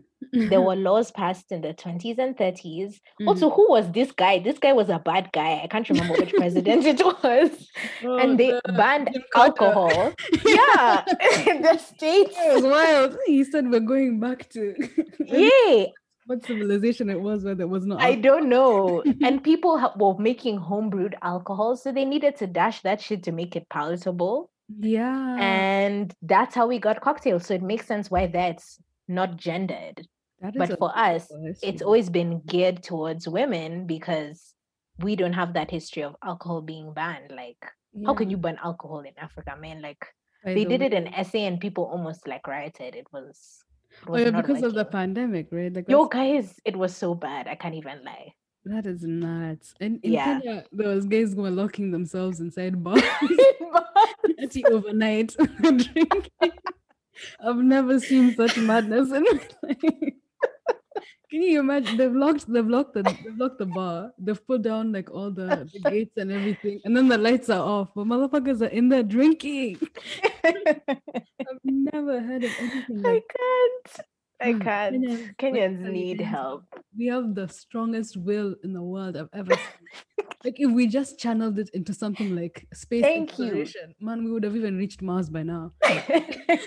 B: There were laws passed in the 20s and 30s Also,
A: Mhm.
B: who was this guy? This guy was a bad guy. I can't remember which president it was.
A: Oh,
B: and they
A: the-
B: banned
A: Jim Carter.
B: alcohol. yeah, in the states.
A: It was wild. He said we're going back to yeah.
B: Yay!
A: what civilization it was where there was no
B: I
A: alcohol.
B: don't know. and people ha- were making homebrewed alcohol, so they needed to dash that shit to make it palatable.
A: Yeah.
B: And that's how we got cocktails. So it makes sense why that's not gendered.
A: that
B: but
A: a
B: for
A: good
B: us,
A: question.
B: It's always been geared towards women because we don't have that history of alcohol being banned. Like, how can
A: Yeah,
B: you ban alcohol in Africa, man? Like,
A: by
B: they
A: the
B: did it
A: way.
B: in SA and people almost like rioted. It was, it
A: Oh
B: was
A: yeah,
B: not
A: because of the
B: working.
A: pandemic, right? Like
B: Yo,
A: that's-
B: guys, it was so bad. I can't even lie.
A: that is nuts. And in
B: Yeah.
A: Kenya, there was guys who were locking themselves inside bars party overnight drinking. I've never seen such madness in my life. Can you imagine? They've locked, they've locked the, they've locked the bar. They've put down like all the, the gates and everything, and then the lights are off. But motherfuckers are in there drinking. I've never heard of anything
B: I
A: like.
B: can't. Hmm, I
A: Mm,
B: can't.
A: Kenyans, like,
B: Kenyans
A: Kenyan
B: need
A: Kenyans,
B: help.
A: We have the strongest will in the world I've ever seen. like if we just channeled it into something like space
B: Thank you.
A: exploration, man, we would have even reached Mars by now.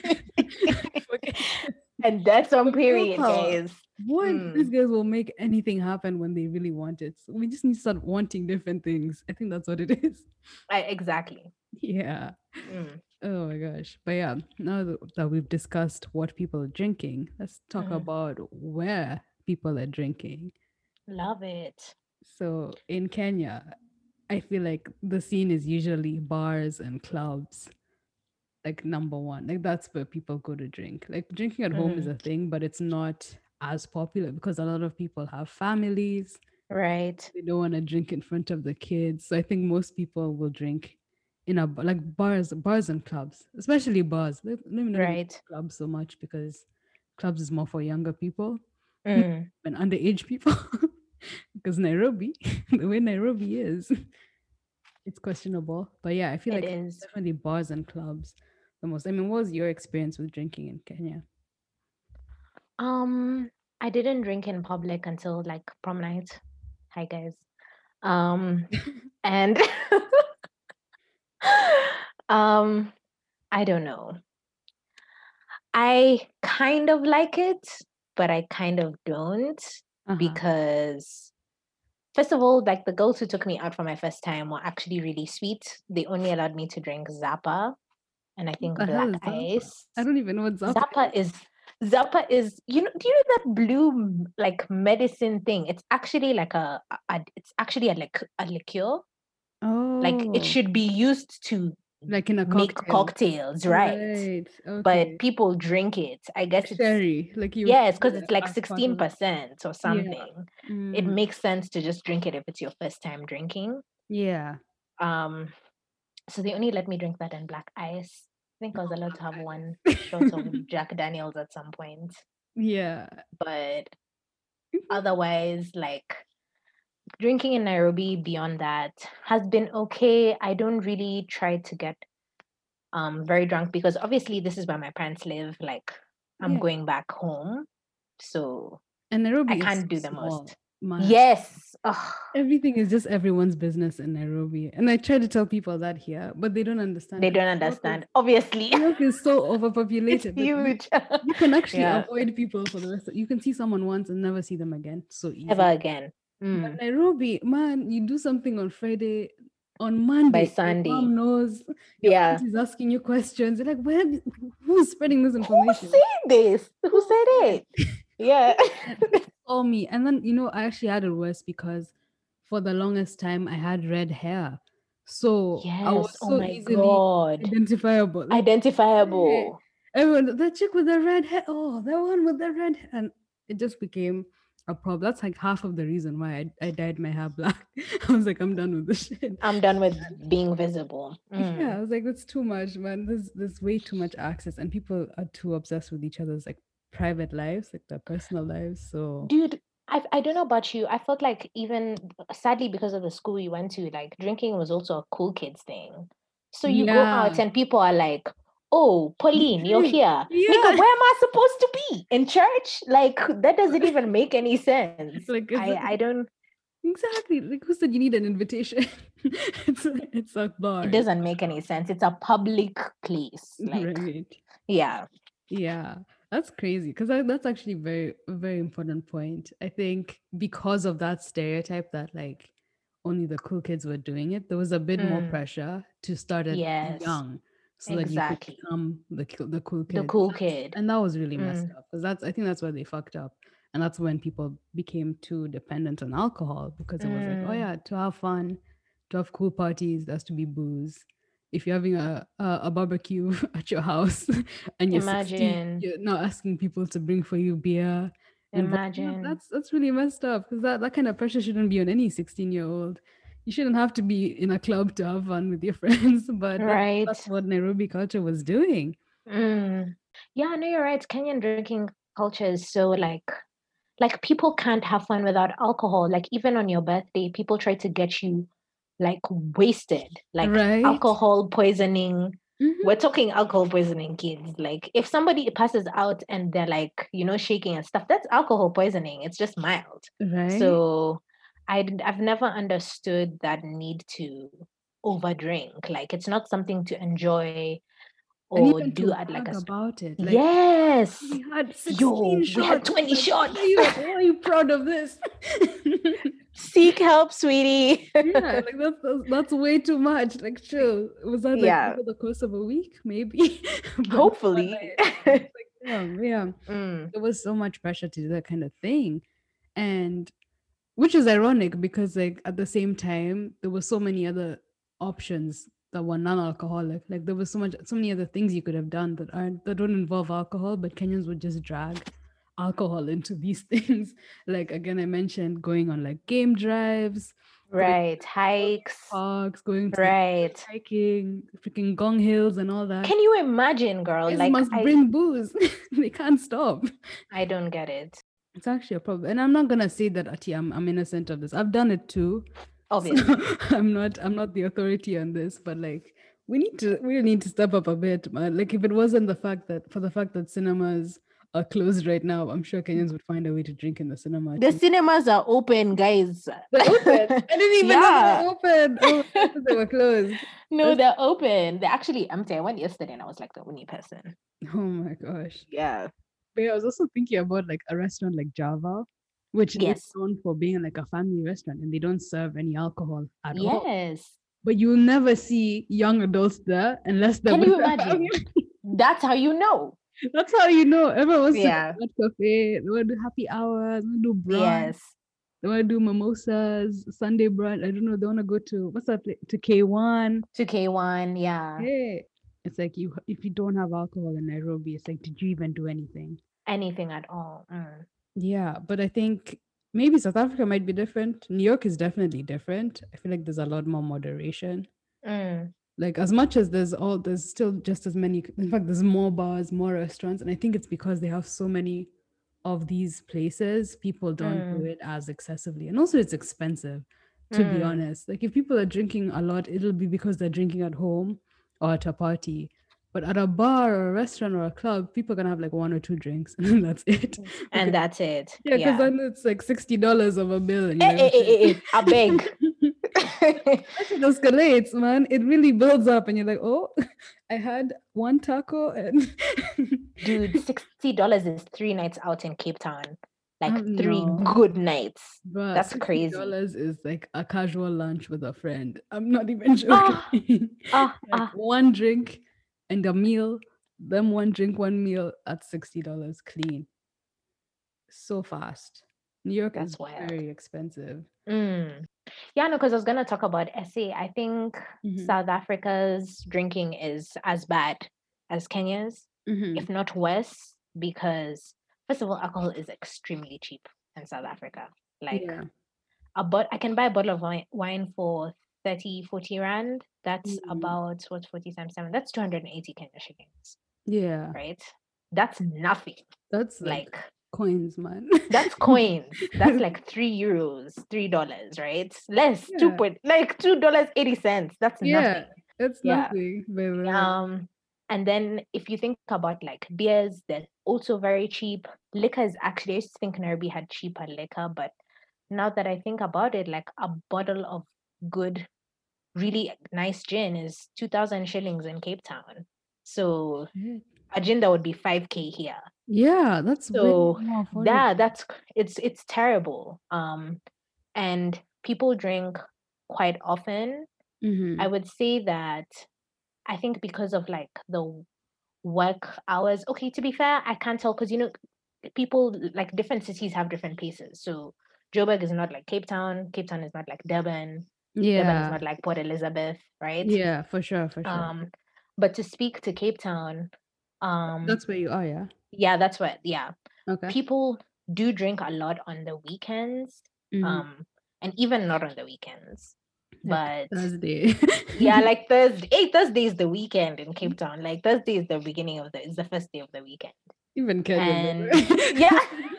B: and that's on period,
A: willpower.
B: guys.
A: What these guys will make anything happen when they really want it. So we just need to start wanting different things. I think that's what it is.
B: I, exactly.
A: Yeah.
B: Mm.
A: Oh my gosh. But yeah, now th- that we've discussed what people are drinking, let's talk
B: Mhm.
A: about where people are drinking.
B: Love it.
A: So in Kenya, I feel like the scene is usually bars and clubs, like number one. Like that's where people go to drink. Like drinking at home is a thing, but it's not as popular because a lot of people have families.
B: Right.
A: They don't want to drink in front of the kids. So I think most people will drink in a b-
B: Hmm.
A: like bars, bars and clubs, especially bars. Let, let me not even
B: Right.
A: clubs so much because clubs is more for younger people
B: Hmm, Mm,
A: and underage people because Nairobi, the way Nairobi is, it's questionable. But yeah, I feel
B: It
A: like
B: is.
A: definitely bars and clubs the most. I mean, what was your experience with drinking in Kenya?
B: Um, I didn't drink in public until like prom night. Hi guys. Um, and um, I don't know. I kind of like it, but I kind of don't
A: Uh-huh.
B: because first of all, like the girls who took me out for my first time were actually really sweet. They only allowed me to drink Zappa and I think
A: the hell is
B: black
A: Zappa?
B: ice.
A: I don't even know what's up.
B: Zappa is Zappa is you know do you know that blue m- like medicine thing? It's actually like a, a- a it's actually a like a liqueur.
A: Oh,
B: Like it should be used to
A: like in a
B: make
A: cocktail.
B: cocktails, right?
A: okay.
B: But people drink it. I guess it's
A: sherry, like you.
B: yes, because
A: put
B: it's
A: a
B: like
A: half bottle.
B: sixteen percent or something. It
A: Mm,
B: makes sense to just drink it if it's your first time drinking.
A: yeah.
B: Um, so they only let me drink that and black ice. I think I was allowed to have one shot of Jack Daniels at some point.
A: Yeah.
B: but
A: Mm-hmm.
B: otherwise like drinking in nairobi beyond that has been okay i don't really try to get um very drunk because obviously this is where my parents live like i'm
A: Yeah.
B: going back home so
A: And Nairobi
B: i
A: is
B: can't
A: so
B: do the
A: small,
B: most
A: man.
B: yes Ugh.
A: Everything is just everyone's business in Nairobi. And I try to tell people that here, but they don't understand.
B: they
A: because
B: don't
A: New York is-
B: understand obviously
A: New York is so
B: it's
A: overpopulated. that you-
B: huge
A: You can actually
B: Yeah.
A: avoid people for the rest of you can see someone once and never see them again. So easy.
B: ever again Mm.
A: But Nairobi, man, you do something on Friday, on Monday, your
B: Sunday.
A: mom knows. Your
B: yeah
A: aunt is asking you questions. They're like, where? have you- Who's spreading this
B: who
A: information?
B: said this who said it yeah
A: Oh me. And then you know, I actually had it worse because for the longest time I had red hair, so I was
B: yes
A: so
B: oh my
A: easily
B: god
A: identifiable. Like,
B: identifiable.
A: everyone, that chick with the red hair. Oh, that one with the red hair. And it just became a problem. That's like half of the reason why I, I dyed my hair black. I was like, I'm done with this shit.
B: I'm done with being visible. Mm.
A: Yeah, I was like, that's too much, man. There's there's way too much access, and people are too obsessed with each other's like private lives, like their personal lives. So
B: Dude, I, I don't know about you. I felt like even sadly because of the school you went to, like drinking was also a cool kids thing. So you go out
A: Yeah.
B: and people are like, oh, Pauline, you're
A: drink.
B: here.
A: yeah,
B: Nigga, where am I supposed to be? In church? Like that doesn't even make any sense.
A: like is it-
B: I, I don't
A: Exactly. Like who said you need an invitation? it's a, it's a bar.
B: it doesn't make any sense. It's a public place. Like
A: Right.
B: yeah.
A: Yeah. That's crazy because that's actually very a very important point. I think because of that stereotype that like only the cool kids were doing it, there was a bit more
B: Mm.
A: pressure to start it
B: Yes.
A: young, so that you could
B: Exactly.
A: become the cool- the cool kid.
B: The cool kid. Mm.
A: and that was really messed up because that's I think that's where they fucked up, and that's when people became too dependent on alcohol because it was like, oh
B: Mm.
A: yeah, to have fun, to have cool parties, there's to be booze. If you're having a a, a barbecue at your house and you're 16,
B: Imagine.
A: you're not asking people to bring for you beer. and vodka,
B: Imagine.
A: that's that's really messed up because that that kind of pressure shouldn't be on any 16 year old. You shouldn't have to be in a club to have fun with your friends, but that-
B: right.
A: that's what Nairobi culture was doing.
B: Mm. Yeah, no, you're right. Kenyan drinking culture is so like like people can't have fun without alcohol. Like even on your birthday, people try to get you like wasted, like
A: right?
B: alcohol poisoning.
A: Mhm.
B: We're talking alcohol poisoning, kids. Like if somebody passes out and they're like, you know, shaking and stuff, that's alcohol poisoning. It's just mild.
A: Right.
B: So I d- I've never understood that need to overdrink. Like it's not something to enjoy
A: and
B: or
A: even
B: do
A: to
B: at like
A: brag
B: a sp-
A: about it. Like,
B: yes.
A: we had 16
B: Yo,
A: shots.
B: we had 20
A: Like,
B: shots.
A: Why are you, why are you proud of this?
B: Seek help, sweetie.
A: yeah, like that's, that's that's way too much. Like, chill. Was that like
B: Yeah.
A: over the course of a week, maybe? But not
B: Hopefully.
A: like- like, damn, yeah.
B: Mm,
A: There was so much pressure to do that kind of thing, and which is ironic because like at the same time there were so many other options that were non-alcoholic like there was so much so many other things you could have done that aren't that don't involve alcohol but kenyans would just drag alcohol into these things like again i mentioned going on like game drives
B: Right. Hikes.
A: parks, going to
B: Right.
A: hiking, freaking gong hills and all that.
B: Can you imagine, girl?
A: Kids
B: Like
A: must
B: I,
A: bring booze. they can't stop.
B: I don't get it.
A: It's actually a problem. And I'm not gonna say that Ati, I'm I'm innocent of this. I've done it too. So
B: Obviously.
A: I'm not I'm not the authority on this, but like we need to we need to step up a bit, man. Like if it wasn't the fact that for the fact that cinemas are closed right now, I'm sure Kenyans would find a way to drink in the cinema.
B: The
A: too.
B: cinemas are open, guys.
A: They're open. I didn't even
B: Yeah.
A: know they were open. Oh, I thought they were closed.
B: No, they're open. They're actually empty. I went yesterday and I was like the only person.
A: Oh my gosh.
B: Yeah.
A: But yeah, I was also thinking about like a restaurant like Java, which
B: Yes.
A: is known for being like a family restaurant and they don't serve any alcohol at all.
B: Yes.
A: But you'll never see young adults there unless they're
B: Can
A: with
B: you
A: their
B: imagine?
A: family.
B: That's how you know.
A: That's how you know everyone wants
B: Yeah.
A: to go to cafe. They want to do happy hours, they want to do brunch,
B: Yes.
A: they want to do mimosas, Sunday brunch. I don't know. They want to go to what's that place? To K1.
B: To K1. Yeah.
A: Hey. It's like you if you don't have alcohol in Nairobi, it's like, did you even do anything?
B: Anything at all. Mm.
A: Yeah, but I think maybe South Africa might be different. New York is definitely different. I feel like there's a lot more moderation.
B: Mm.
A: Like as much as there's all there's still just as many in fact there's more bars, more restaurants, and I think it's because they have so many of these places, people don't do it as excessively. And also it's expensive, to be
B: Mm.
A: honest. Like if people are drinking a lot, it'll be because they're drinking at home or at a party. But at a bar or a restaurant or a club, people are gonna have like one or two drinks and then that's it.
B: Mm.
A: Because-
B: And that's it.
A: yeah, because then it's like sixty dollars of a bill. And you
B: Eh, eh, eh, eh, eh, I beg.
A: It escalates, man. It really builds up, and you're like, oh, I had one taco, and
B: Dude, $60 is three nights out in Cape Town. Like
A: Um,
B: three
A: no.
B: good nights.
A: Bruh,
B: That's crazy.
A: Dollars is like a casual lunch with a friend. I'm not even joking.
B: Ah,
A: like
B: Ah, ah.
A: one drink and a meal, then one drink, one meal at sixty dollars clean. So fast. New York
B: That's
A: is
B: wild.
A: very expensive.
B: Mm. Yeah, no, because I was gonna talk about SA. I think
A: Mhm.
B: South Africa's drinking is as bad as Kenya's,
A: Mhm.
B: if not worse, because first of all, alcohol is extremely cheap in South Africa. Like
A: Yeah.
B: a but I can buy a bottle of wine, wine for 30, 40 rand. That's
A: Mm.
B: about what 40 times seven? That's 280 Kenya shillings,
A: yeah,
B: right? That's nothing.
A: that's like,
B: Like
A: coins, man.
B: that's coins. That's like three euros, three dollars, right? Less two
A: Yeah.
B: point like two dollars eighty cents. That's
A: Yeah, it's
B: Yeah.
A: nothing. baby.
B: nothing. Um, and then if you think about like beers, they're also very cheap. Liquor is actually I used to think Nairobi had cheaper liquor, but now that I think about it, like a bottle of good, really nice gin is two thousand shillings in Cape Town. So
A: Shit.
B: a gin that would be five k here.
A: Yeah, that's way
B: So,
A: more affordable.
B: yeah that's c- it's it's terrible um and people drink quite often
A: Mhm.
B: i would say that i think because of like the w- work hours okay to be fair i can't tell because you know people l- like different cities have different places so joburg is not like cape town cape town is not like durban durban is
A: yeah,
B: not like port elizabeth right
A: yeah, for sure, for sure.
B: um but to speak to cape town um
A: that's where you are, yeah.
B: yeah that's what yeah
A: Okay.
B: people do drink a lot on the weekends
A: Mhm.
B: um and even not on the weekends
A: Like
B: but
A: Thursday.
B: yeah like thursday hey, thursday is the weekend in cape town like thursday is the beginning of the is the first day of the weekend
A: even Kenya.
B: and yeah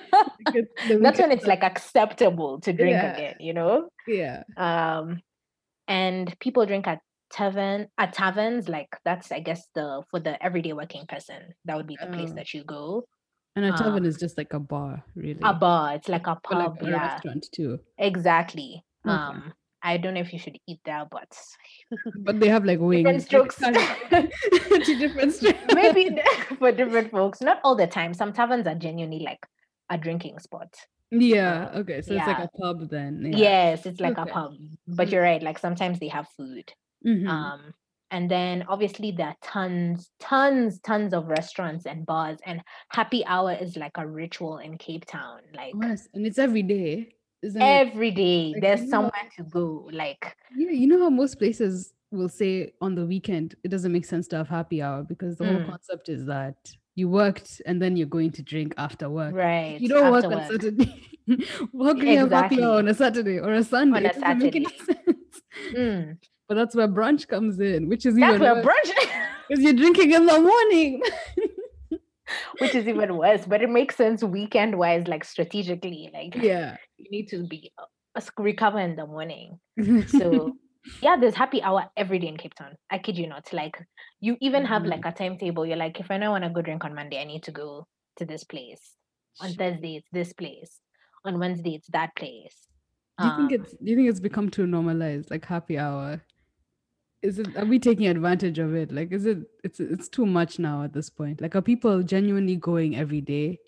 B: that's when
A: what
B: it's like acceptable to drink
A: Yeah.
B: again you know
A: Yeah.
B: um and people drink at tavern at taverns like that's i guess the for the everyday working person that would be the place
A: Oh.
B: that you go
A: And a tavern
B: Um,
A: is just like a bar, really.
B: a bar it's like a
A: Or like
B: pub
A: a
B: yeah
A: restaurant Mm-hmm. too.
B: Exactly.
A: Okay.
B: Um, I don't know if you should eat there, but
A: But they have like
B: different
A: wings. like,
B: strokes.
A: kind of- two different strokes.
B: Maybe th- for different folks, not all the time. Some taverns are genuinely like a drinking spot.
A: Yeah.
B: Um,
A: Okay. So it's like
B: yeah.
A: a pub then. Yeah.
B: Yes, it's like
A: Okay.
B: a pub. But
A: Mhm.
B: you're right. Like sometimes they have food.
A: Mhm.
B: Um, and then obviously there are tons, tons, tons of restaurants and bars. And happy hour is like a ritual in Cape Town. Like
A: Yes, and it's every day, isn't it?
B: every day,
A: Like,
B: there's
A: you know-
B: somewhere to go. Like
A: Yeah, you know how most places will say on the weekend it doesn't make sense to have happy hour because the whole
B: Mm.
A: concept is that you worked and then you're going to drink after work.
B: right.
A: You don't work
B: after
A: on Saturday. What can you have happy
B: Exactly.
A: hour on a Saturday or a Sunday?
B: On
A: It
B: a
A: doesn't make any sense.
B: Mm.
A: But that's where brunch comes in, which is
B: That's
A: even
B: where
A: worse
B: brunch,
A: because you're drinking in the morning.
B: which is even worse, but it makes sense weekend wise, like strategically. Like
A: yeah.
B: you need to be uh, recover in the morning. So yeah, there's happy hour every day in Cape Town. I kid you not. Like you even have
A: Mhm.
B: like a timetable. You're like, if I know I want to go drink on Monday, I need to go to this place. On Thursday, it's this place. On Wednesday, it's that place.
A: Do you think
B: Um,
A: it's do you think it's become too normalized, like happy hour? Is it are we taking advantage of it? Like is it it's it's too much now at this point? Like are people genuinely going every day?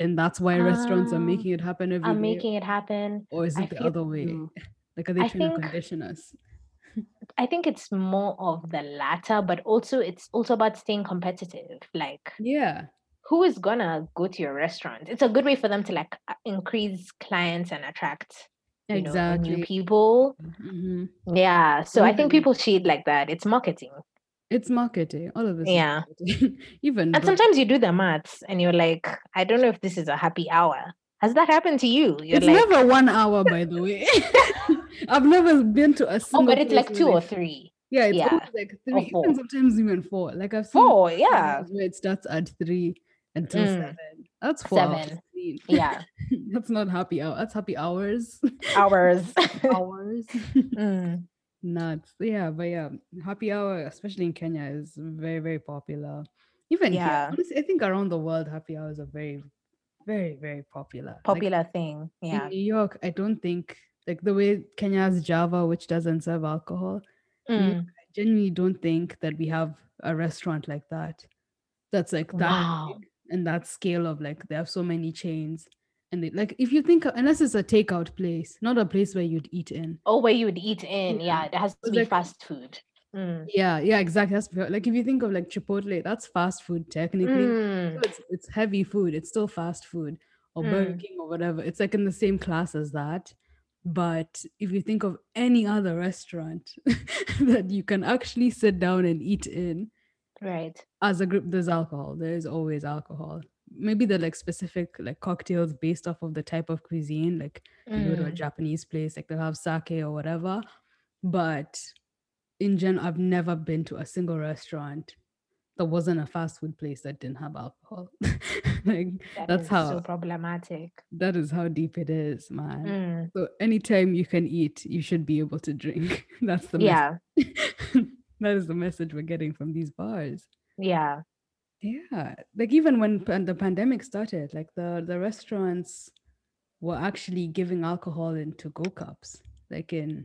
A: And that's why restaurants are
B: Um,
A: making it happen every day?
B: I'm making it happen.
A: or is
B: I
A: it the
B: feel-
A: other way?
B: Mm.
A: Like are they
B: I
A: trying to
B: think-
A: condition us?
B: I think it's more of the latter, but also it's also about staying competitive. Like
A: Yeah.
B: who is gonna go to your restaurant? It's a good way for them to like uh, increase clients and attract you
A: Exactly.
B: know, new people.
A: Mhm.
B: Yeah. So I
A: Mhm.
B: think people cheat like that. It's marketing.
A: It's marketing. All of this. is
B: Yeah.
A: marketing. Even
B: And
A: brunch.
B: sometimes you do the maths and you're like, I don't know if this is a happy hour. Has that happened to you? You're
A: it's
B: like, "Oh,
A: never one hour, by the way. I've never been to a
B: oh,
A: single.
B: but it's like
A: place
B: two
A: where
B: or
A: they-
B: three.
A: Yeah, it's
B: yeah,
A: always like three, even
B: four.
A: sometimes even four. Like I've seen
B: Four. Yeah.
A: places where it starts at three until
B: Mm.
A: seven. That's four. hours
B: Seven.
A: clean.
B: Yeah.
A: that's not happy hour. That's happy hours.
B: Hours.
A: hours.
B: Mm.
A: Nuts. Yeah, but yeah, happy hour, especially in Kenya, is very, very popular. Even
B: Yeah.
A: here, honestly, I think around the world, happy hours are very, very, very popular. Like,
B: Popular thing. Yeah.
A: in New York, I don't think like the way Kenya has Java, which doesn't serve alcohol.
B: Mm.
A: I genuinely don't think that we have a restaurant like that. That's like that
B: Wow.
A: big and that scale of like they have so many chains. And they, like if you think unless it's a takeout place, not a place where you'd eat in.
B: Oh, where you would eat in.
A: Yeah.
B: Yeah. There has to
A: was
B: be
A: like-
B: fast food. Mm.
A: Yeah, yeah, exactly. That's fair. like if you think of like Chipotle, that's fast food technically.
B: Mm.
A: So It's, it's heavy food. It's still fast food or Burger
B: Mm.
A: King or whatever. It's like in the same class as that. But if you think of any other restaurant that you can actually sit down and eat in
B: Right.
A: as a group, there's alcohol. There is always alcohol. Maybe they're like specific like cocktails based off of the type of cuisine. Like you go to a
B: Mm.
A: Japanese place, like they'll have sake or whatever. But in general, I've never been to a single restaurant that wasn't a fast food place that didn't have alcohol. like
B: That
A: that's
B: is
A: how-
B: so problematic.
A: that is how deep it is, man.
B: Mm.
A: So anytime you can eat, you should be able to drink. That's the
B: Yeah.
A: message. that is the message we're getting from these bars.
B: Yeah.
A: Yeah, like even when pan- the pandemic started, like the the restaurants were actually giving alcohol in to go cups, like in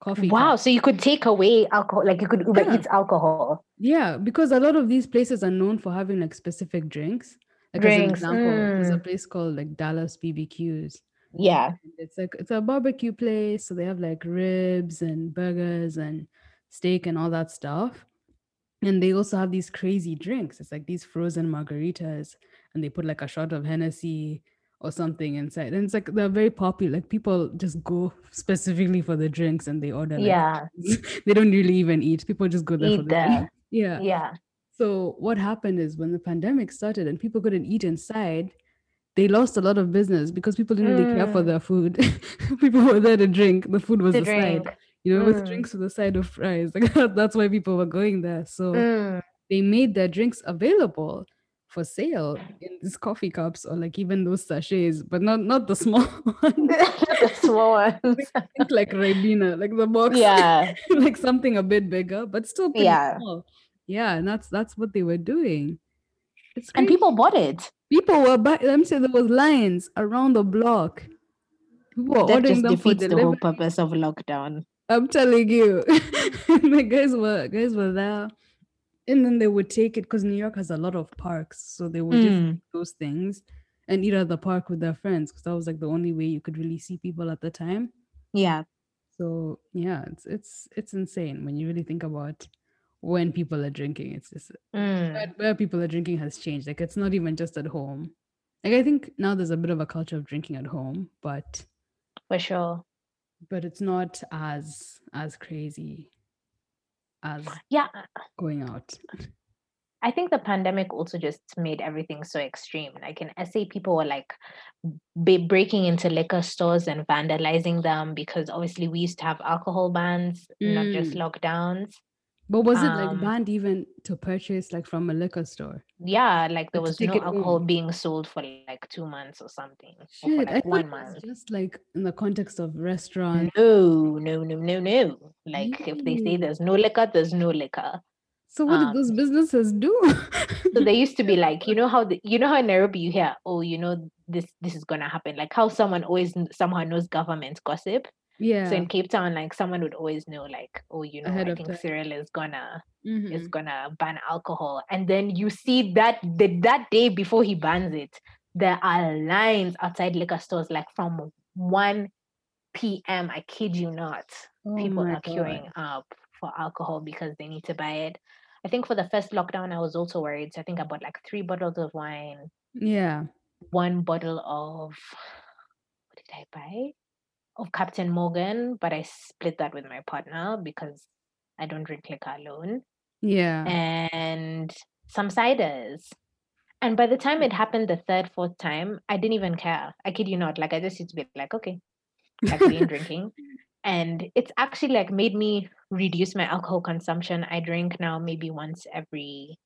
A: coffee.
B: Wow.
A: cups.
B: So you could take away alcohol, like you could Uber
A: Yeah.
B: Eats alcohol.
A: Yeah, because a lot of these places are known for having like specific drinks. Like
B: Drinks,
A: as
B: mm.
A: an example, there's a place called like Dallas BBQs.
B: Yeah.
A: And It's like it's a barbecue place, so they have like ribs and burgers and steak and all that stuff. And they also have these crazy drinks. It's like these frozen margaritas, and they put like a shot of Hennessy or something inside. And it's like they're very popular. Like people just go specifically for the drinks and they order. like,
B: Yeah.
A: they don't really even eat. People just go there for
B: Eat
A: the
B: there.
A: drink. Yeah.
B: Yeah.
A: So what happened is when the pandemic started and people couldn't eat inside, they lost a lot of business because people didn't really care for
B: Mm.
A: their food. people were there to drink. The food was
B: To
A: the
B: drink.
A: side. You know, with
B: Mm.
A: drinks with the side of fries. Like that's why people were going there. So
B: Mm.
A: they made their drinks available for sale in these coffee cups or like even those sachets, but not not the small one.
B: The small ones.
A: Think like Ribena, like the box.
B: yeah.
A: like something a bit bigger, but still pretty
B: Yeah.
A: small. Yeah, and that's that's what they were doing. It's
B: And
A: crazy.
B: people bought it.
A: people were back. Let me say there was lines around the block. People were
B: That
A: ordering
B: just
A: them for
B: defeats the whole
A: delivery.
B: purpose of lockdown.
A: I'm telling you, the guys were guys were there, and then they would take it because New York has a lot of parks, so they would just
B: Mm.
A: take those things and eat at the park with their friends because that was like the only way you could really see people at the time.
B: Yeah.
A: So yeah, it's it's it's insane when you really think about when people are drinking. It's just
B: Mm.
A: where, where people are drinking has changed. Like it's not even just at home. Like I think now there's a bit of a culture of drinking at home, but
B: For sure.
A: but it's not as as crazy as
B: Yeah.
A: going out.
B: I think the pandemic also just made everything so extreme. Like in SA, people were like b- breaking into liquor stores and vandalizing them because obviously we used to have alcohol bans, not
A: Mm.
B: just lockdowns.
A: But was it like
B: Um,
A: banned even to purchase like from a liquor store?
B: Yeah, like there
A: But to
B: was
A: take
B: no
A: it
B: alcohol
A: home.
B: being sold for like two months or something, or Oh, for
A: Shit, I
B: like
A: thought
B: one
A: it was
B: month. Mm.
A: just like in the context of restaurant. Mm.
B: No, no, no, no, no. Like if they say
A: Really?
B: there's no liquor, there's no liquor.
A: So what
B: Um,
A: did those businesses do?
B: So there used to be like, you know how the, you know how in Nairobi you hear, oh, you know this this is gonna happen. Like how someone always kn- somehow knows government gossip.
A: yeah.
B: So in Cape Town, like someone would always know, like, oh, you know,
A: Ahead
B: I
A: of
B: think
A: time.
B: Cyril is gonna is
A: Mhm.
B: gonna ban alcohol, and then you see that the, that day before he bans it, there are lines outside liquor stores like from one p.m. I kid you not
A: Oh
B: people
A: my
B: are
A: god.
B: queuing up for alcohol because they need to buy it. I think for the first lockdown, I was also worried. So I think I bought like three bottles of wine,
A: Yeah.
B: one bottle of what did I buy? Of Captain Morgan, but I split that with my partner because I don't drink liquor alone.
A: Yeah.
B: And some ciders. And by the time
A: Mm-hmm.
B: it happened the third, fourth time, I didn't even care. I kid you not. Like I just used to be like, okay, like we ain't drinking and it's actually like made me reduce my alcohol consumption i drink now maybe once every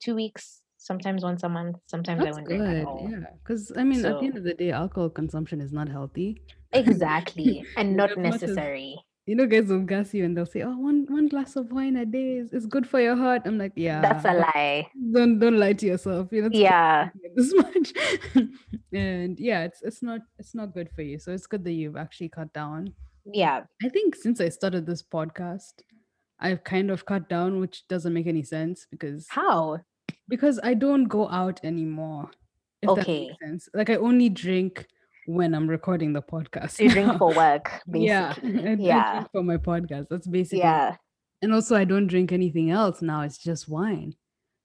B: two weeks sometimes once a month sometimes i
A: That's
B: won't drink at
A: good.
B: all
A: Yeah. Because I mean, at the end
B: so
A: of the day, alcohol consumption is not healthy.
B: exactly and
A: Because
B: not
A: as much as
B: necessary
A: you know, guys will gas you and they'll say, "Oh, one one glass of wine a day is, is good for your heart." I'm like,
B: that's
A: yeah,
B: a lie
A: don't don't lie to yourself. You know, it's good
B: yeah
A: this much, and yeah, it's it's not it's not good for you. So it's good that you've actually cut down.
B: yeah
A: I think since I started this podcast, I've kind of cut down, which doesn't make any sense because
B: how
A: because I don't go out anymore, if that
B: okay
A: makes sense. Like I only drink when I'm recording the podcast
B: you drink
A: now.
B: for work
A: Yeah,
B: basically
A: I, I
B: yeah
A: drink for my podcast. That's basically it.
B: yeah
A: And also, I don't drink anything else now. It's just wine.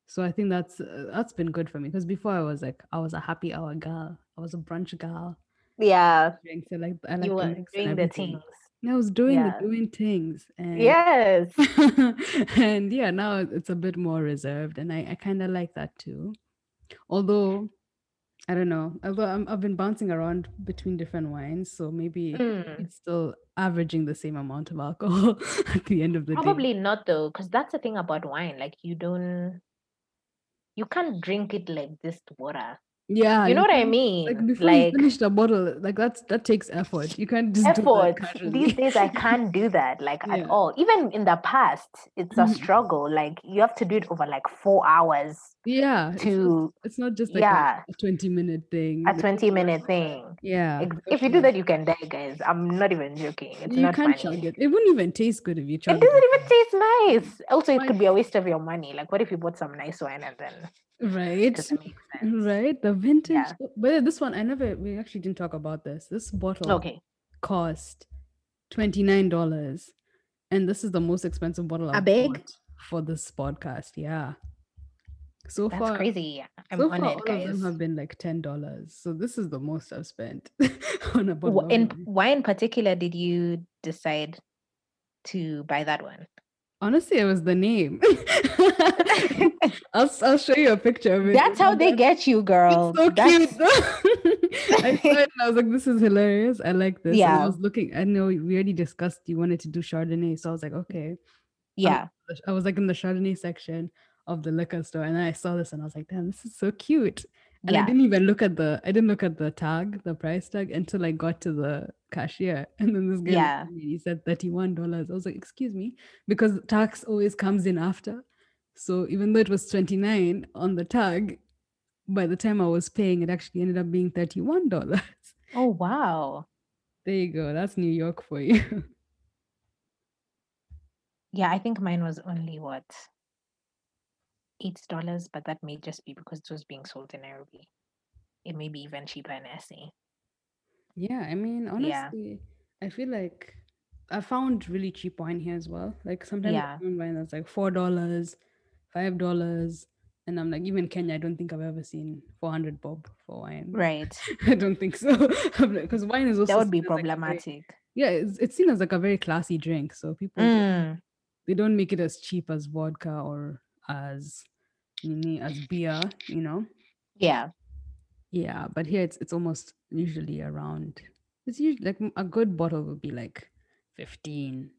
A: So I think that's uh, that's been good for me because before I was like I was a happy hour girl. I was a brunch girl.
B: yeah
A: Drinks. I like I
B: you
A: like to
B: were
A: mix and
B: doing the
A: everything.
B: things
A: And I was doing the
B: yeah
A: doing things and
B: yes
A: and yeah, now it's a bit more reserved, and I I kind of like that too. Although I don't know. Although I'm, I've been bouncing around between different wines, so maybe
B: Mm.
A: it's still averaging the same amount of alcohol at the end of the day.
B: probably not though because that's the thing about wine like you don't you can't drink it like this water.
A: Yeah,
B: You know
A: Ah, you
B: what I
A: can't. Like
B: mean?
A: before you
B: Like
A: finish the bottle, like that's that takes effort. You can't just do that
B: effort.
A: casually.
B: These days I can't do that like at
A: yeah.
B: all. Even in the past, it's a
A: Mhm.
B: struggle. Like you have to do it over like four hours
A: Yeah, it's not
B: to
A: it's not just like a,
B: yeah,
A: a 20 minute thing.
B: a
A: Like,
B: 20 minute thing.
A: yeah,
B: Ex- If you
A: definitely.
B: do that, you can die, guys. I'm not even joking. It's
A: You
B: not
A: can't chug
B: funny.
A: it. It wouldn't even taste good if you
B: It
A: chugged it.
B: doesn't even taste nice. Also, it
A: Why?
B: could be a waste of your money. Like, what if you bought some nice wine and then it
A: Right?
B: doesn't make sense?
A: Right? The vintage.
B: Yeah.
A: But this one, I never, we actually didn't talk about this. This bottle
B: Okay.
A: cost $29. And this is the most expensive bottle
B: A
A: I've
B: big?
A: bought for this podcast. Yeah. So
B: That's
A: far,
B: crazy. I'm
A: so
B: on
A: far,
B: it,
A: all of them
B: guys.
A: have been like $10. So this is the most I've spent on a bottle
B: Wh-
A: of
B: And
A: wine.
B: why in particular did you decide to buy that one?
A: Honestly, it was the name. I'll, I'll show you a picture of it.
B: That's how they
A: That's
B: get you,
A: It's
B: girl.
A: so cute.
B: That's
A: I saw it and I was like, this is hilarious. I like this. And I
B: yeah,
A: was looking, I know we already discussed you wanted to do Chardonnay. So I was like, okay. I'm,
B: yeah.
A: I was like in the Chardonnay section of the liquor store. And then I saw this and I was like, damn, this is so cute. And I
B: Yeah.
A: didn't even look at the, I didn't look at the tag, the price tag until I got to the cashier. And then this guy looked
B: Yeah.
A: at me and he said $31. I was like, excuse me, because tax always comes in after. So even though it was 29 on the tag, by the time I was paying, it actually ended up being $31.
B: Oh wow.
A: There you go. That's New York for you.
B: Yeah, I think mine was only what eight dollars, but that may just be because it was being sold in Nairobi. It may be even cheaper in SA.
A: yeah, I mean,
B: Yeah.
A: honestly, I feel like I found really cheap wine here as well. Like sometimes I
B: Yeah.
A: found wine that's like $4, $5. And I'm like, even Kenya, I don't think I've ever seen 400 bob for wine.
B: Right.
A: I don't think so. Because wine is
B: That
A: also
B: would be
A: seen as like a very,
B: problematic.
A: yeah, it's, it's seen as like a very classy
B: Mm-hmm.
A: drink. So people,
B: Mm.
A: they don't make it as cheap as vodka or as nini as beer, you know.
B: Yeah.
A: Yeah, but here it's it's almost usually around. It's usually like a good bottle would be like fifteen,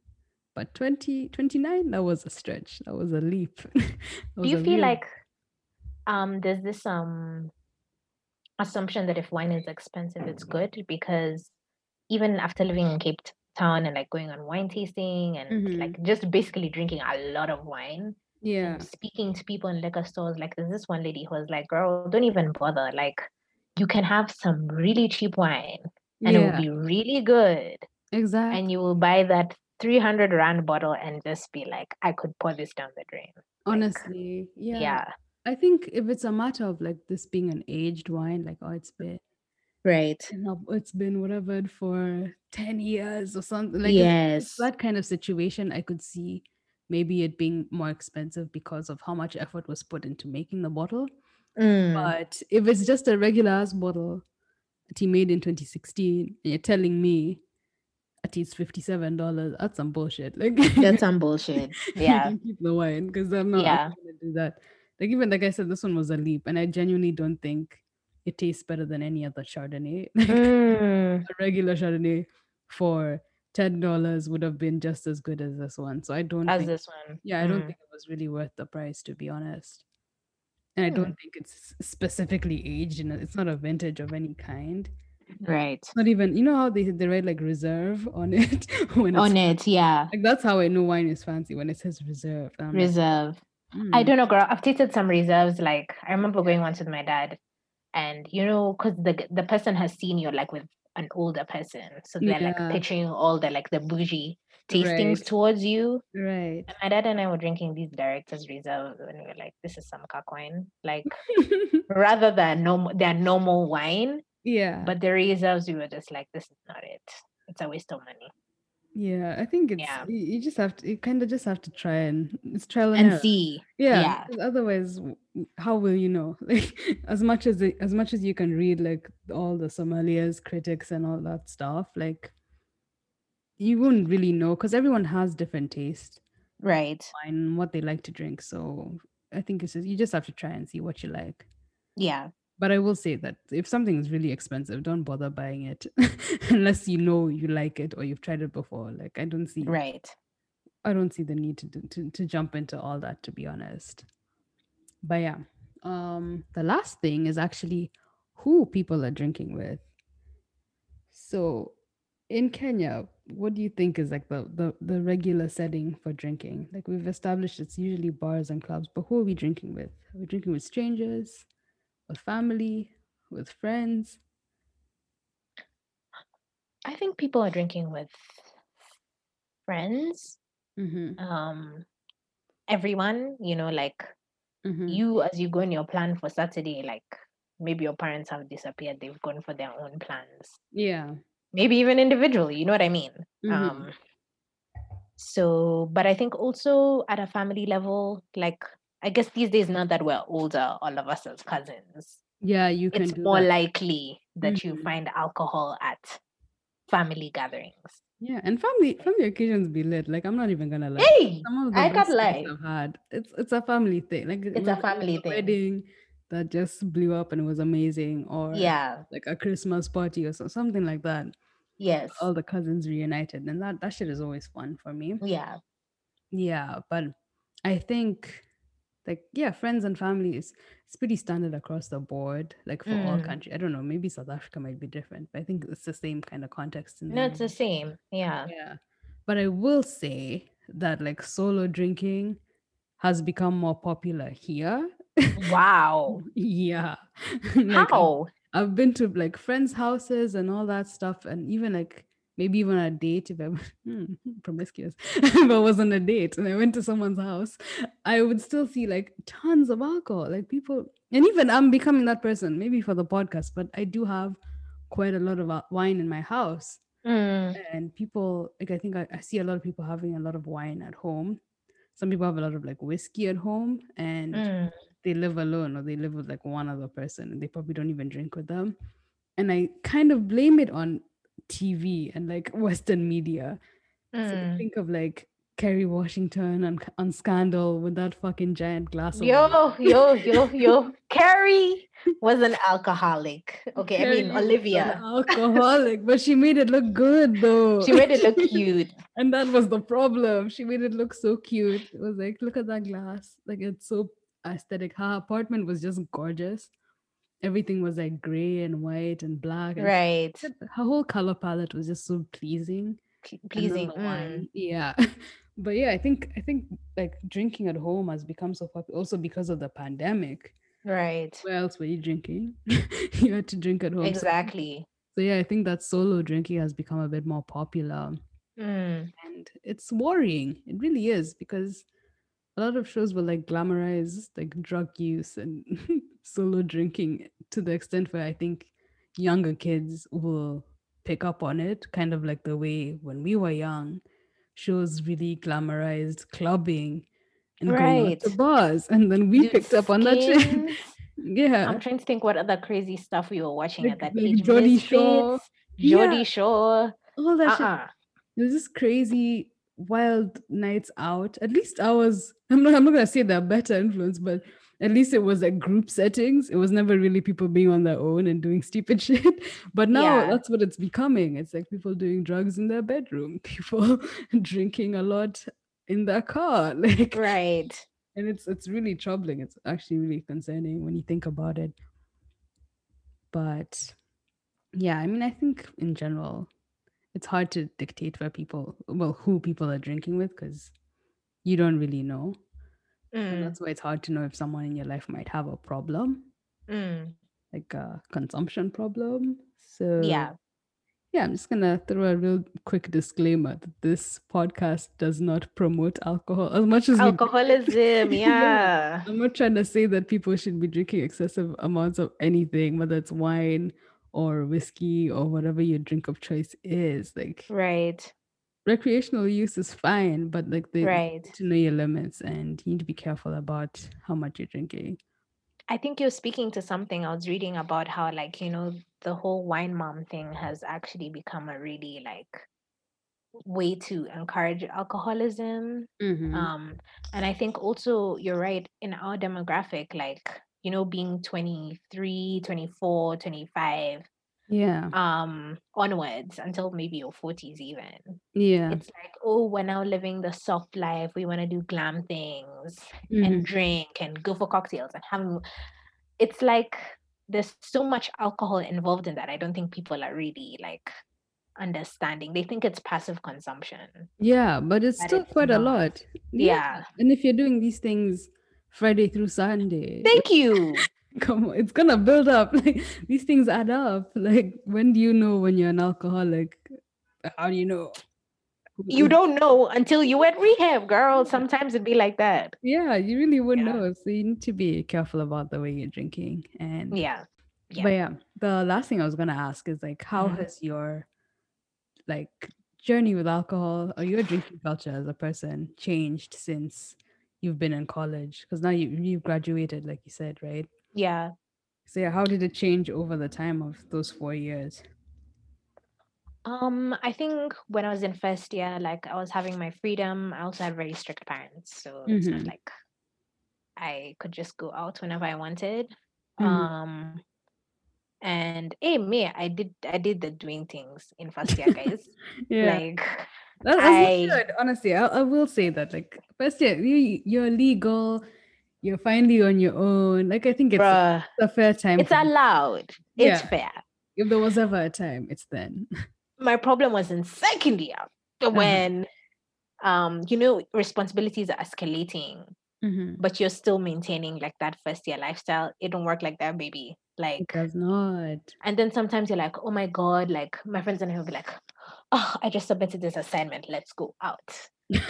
A: but 20, 29, That was a stretch. That was a leap. That
B: Do
A: was
B: you
A: a
B: feel
A: real-
B: like um there's this um assumption that if wine is expensive, it's good because even after living in Cape Town and like going on wine tasting and
A: Mhm.
B: like just basically drinking a lot of wine,
A: yeah,
B: and speaking to people in liquor stores, like there's this one lady who was like, "Girl, don't even bother. Like, you can have some really cheap wine and it
A: yeah,
B: will be really good,
A: exactly.
B: and you will buy that 300 rand bottle and just be like, I could pour this down the drain." like,
A: Honestly, yeah.
B: Yeah,
A: I think if it's a matter of like this being an aged wine, like oh, it's been
B: right.
A: you know, it's been whatever for ten years or something. Like if
B: yes,
A: it's that kind of situation, I could see maybe it being more expensive because of how much effort was put into making the bottle.
B: Mm,
A: But if it's just a regular ass bottle that he made in 2016, and you're telling me that it's fifty-seven dollars, that's some bullshit. Like
B: that's some bullshit. Yeah,
A: you keep the wine because I'm not,
B: Yeah.
A: I'm not gonna do that. Like even like I said, this one was a leap, and I genuinely don't think it tastes better than any other Chardonnay. Like
B: Mm,
A: a regular Chardonnay for ten dollars would have been just as good as this one. So I don't
B: as
A: think,
B: this one.
A: yeah, I don't
B: Mm.
A: think it was really worth the price to be honest. And I
B: Hmm.
A: don't think it's s- specifically aged, and it's not a vintage of any kind.
B: Right.
A: Not even you know how they they write like reserve on it when it's
B: On it, yeah.
A: like that's how I know wine is fancy when it says reserve. And I'm like,
B: Reserve. I
A: "Mm."
B: don't know, girl. I've tasted some reserves. Like I remember going once with my dad, and you know, because the g- the person has seen you like with an older person, so they're
A: Yeah.
B: like pitching all the like the bougie tastings
A: Right.
B: towards you.
A: Right.
B: And my dad and I were drinking these directors reserves, and we were like, "This is some cock wine." Like rather than normal, their normal wine,
A: yeah.
B: but the reserves, we were just like, "This is not it. It's a waste of money."
A: yeah. I think it's
B: Yeah.
A: you, you just have to you kind of just have to try and it's trial and,
B: And
A: error.
B: see,
A: Yeah.
B: yeah.
A: because Otherwise, w- w- how will you know? Like as much as the, as much as you can read like all the sommeliers, critics, and all that stuff, like you won't really know because everyone has different taste
B: right?
A: and what they like to drink. So I think it's just, you just have to try and see what you like.
B: Yeah,
A: But I will say that if something is really expensive, don't bother buying it unless you know you like it or you've tried it before. Like I don't see
B: right.
A: I don't see the need to do, to to jump into all that to be honest. But yeah. Um the last thing is actually who people are drinking with. So in Kenya, what do you think is like the, the the regular setting for drinking? Like we've established it's usually bars and clubs, but who are we drinking with? Are we drinking with strangers, with family, with friends?
B: I think people are drinking with friends,
A: Mm-hmm.
B: um, everyone, you know, like
A: Mm-hmm.
B: you as you go in your plan for Saturday, like maybe your parents have disappeared, they've gone for their own plans,
A: yeah.
B: maybe even individually, you know what I mean?
A: Mhm.
B: Um, so, but I think also at a family level, like I guess these days, now that we're older, all of us as cousins,
A: yeah, you can
B: it's
A: do
B: more
A: that.
B: likely that you
A: Mhm.
B: find alcohol at family gatherings.
A: Yeah, and family family occasions be lit. Like I'm not even gonna lie.
B: Hey,
A: Some of the
B: I
A: best
B: can't
A: things
B: lie.
A: I've had. It's it's a family thing. Like
B: it's
A: whether
B: a
A: it was
B: family thing.
A: wedding that just blew up and was amazing, or
B: Yeah.
A: like a Christmas party or so, something like that.
B: Yes.
A: All the cousins reunited, and that that shit is always fun for me.
B: Yeah.
A: Yeah, but I think like yeah, friends and family is it's pretty standard across the board. Like for all
B: Mm.
A: country, I don't know. Maybe South Africa might be different, but I think it's the same kind of context in the
B: No, it's the
A: US.
B: same. Yeah.
A: Yeah. But I will say that like solo drinking has become more popular here.
B: Wow.
A: yeah. like I've,
B: How?
A: I've been to like friends' houses and all that stuff. And even like maybe even a date if I hmm, promiscuous. if I was on a date and I went to someone's house, I would still see like tons of alcohol. Like people and even I'm becoming that person, maybe for the podcast, but I do have quite a lot of uh, wine in my house
B: Mm.
A: and people like i think I, I see a lot of people having a lot of wine at home some people have a lot of like whiskey at home and
B: Mm.
A: they live alone or they live with like one other person and they probably don't even drink with them and i kind of blame it on tv and like western media so
B: Mm.
A: think of like Kerry Washington on, on Scandal with that fucking giant glass. of wine.
B: Yo, yo, yo, yo. Carrie was an alcoholic. Okay, I
A: Carrie
B: mean,
A: was an
B: Olivia.
A: alcoholic, but she made it look good though.
B: She made it look cute.
A: and that was the problem. She made it look so cute. It was like, look at that glass. Like it's so aesthetic. Her apartment was just gorgeous. Everything was like gray and white and black. And
B: Right.
A: Her whole color palette was just so pleasing.
B: Ple-
A: and then
B: Pleasing.
A: the
B: mm.
A: wine. Yeah. But yeah, I think I think like drinking at home has become so popular also because of the pandemic.
B: Right.
A: Where else were you drinking? you had to drink at home. so-
B: Exactly.
A: So yeah, I think that solo drinking has become a bit more popular.
B: Mm.
A: And it's worrying. It really is because a lot of shows will like glamorize like drug use and solo drinking to the extent where I think younger kids will pick up on it, kind of like the way when we were young, shows really glamorized clubbing and going out to
B: Right.
A: bars. And then we
B: Dude,
A: picked up on that shit.
B: Skins.
A: yeah.
B: I'm trying to think what other crazy stuff we were watching
A: Like-
B: at that
A: like
B: age.
A: Jodie
B: Misfits,
A: Shaw.
B: Jodie
A: Yeah.
B: Shaw.
A: All that shit
B: Uh-uh.
A: it was just crazy wild nights out at least i was i'm not, I'm not gonna say they're better influence but at least it was like group settings it was never really people being on their own and doing stupid shit but now
B: Yeah.
A: that's what it's becoming it's like people doing drugs in their bedroom people drinking a lot in their car like
B: Right.
A: and it's it's really troubling it's actually really concerning when you think about it but yeah i mean i think in general it's hard to dictate where people well who people are drinking with because you don't really know and
B: Mm.
A: that's why it's hard to know if someone in your life might have a problem
B: Mm.
A: like a consumption problem so
B: Yeah.
A: yeah, I'm just gonna throw a real quick disclaimer that this podcast does not promote alcohol as much as we do-
B: Alcoholism.
A: Yeah.
B: Yeah.
A: I'm not trying to say that people should be drinking excessive amounts of anything, whether it's wine or whiskey or whatever your drink of choice is. Like
B: Right.
A: recreational use is fine, but like the you
B: Right.
A: need to know your limits and you need to be careful about how much you're drinking.
B: I think you're speaking to something. I was reading about how, like, you know, the whole wine mom thing has actually become a really like way to encourage alcoholism.
A: Mm-hmm.
B: Um, and I think also you're right in our demographic, like, you know, being 23, 24, 25,
A: yeah.
B: um, onwards until maybe your 40s, even.
A: Yeah.
B: It's like, oh, we're now living the soft life. We want to do glam things
A: mhm,
B: and drink and go for cocktails and having it's like there's so much alcohol involved in that i don't think people are really like understanding they think it's passive consumption
A: yeah, but it's
B: but
A: still
B: it's
A: quite a
B: not.
A: lot.
B: yeah,
A: And if you're doing these things Friday through Sunday,
B: thank you
A: come on, it's gonna build up. Like these things add up. Like when do you know when you're an alcoholic? How do you know?
B: you don't know until you at rehab girl sometimes it'd be like that
A: Yeah, you really wouldn't
B: Yeah.
A: know. So you need to be careful about the way you're drinking. And
B: yeah yeah.
A: but yeah, the last thing I was gonna ask is like, how
B: Mhm.
A: has your like journey with alcohol or your drinking culture as a person changed since you've been in college? Because now you you've graduated, like you said, right?
B: yeah
A: So yeah, how did it change over the time of those four years?
B: um i think when i was in first year like i was having my freedom i also had very strict parents so it's not
A: Mhm.
B: like i could just go out whenever i wanted
A: Mhm.
B: Um, and hey, me, I did I did the doing things in first year, guys.
A: Yeah.
B: Like,
A: That, that's
B: I-
A: not good, honestly. I, I will say that, like, first year, you, you're legal, you're finally on your own. Like, I think it's, a-
B: bruh,
A: it's a fair time.
B: it's
A: for you.
B: allowed. It's
A: Yeah.
B: fair.
A: if there was ever a time, it's then.
B: My problem was in second year when, um, you know, responsibilities are escalating,
A: Mhm.
B: but you're still maintaining like that first year lifestyle. It don't work like that, baby.
A: It
B: Like,
A: does not.
B: and then sometimes you're like, oh my god, like my friends and I will be like, oh, I just submitted this assignment. Let's go out.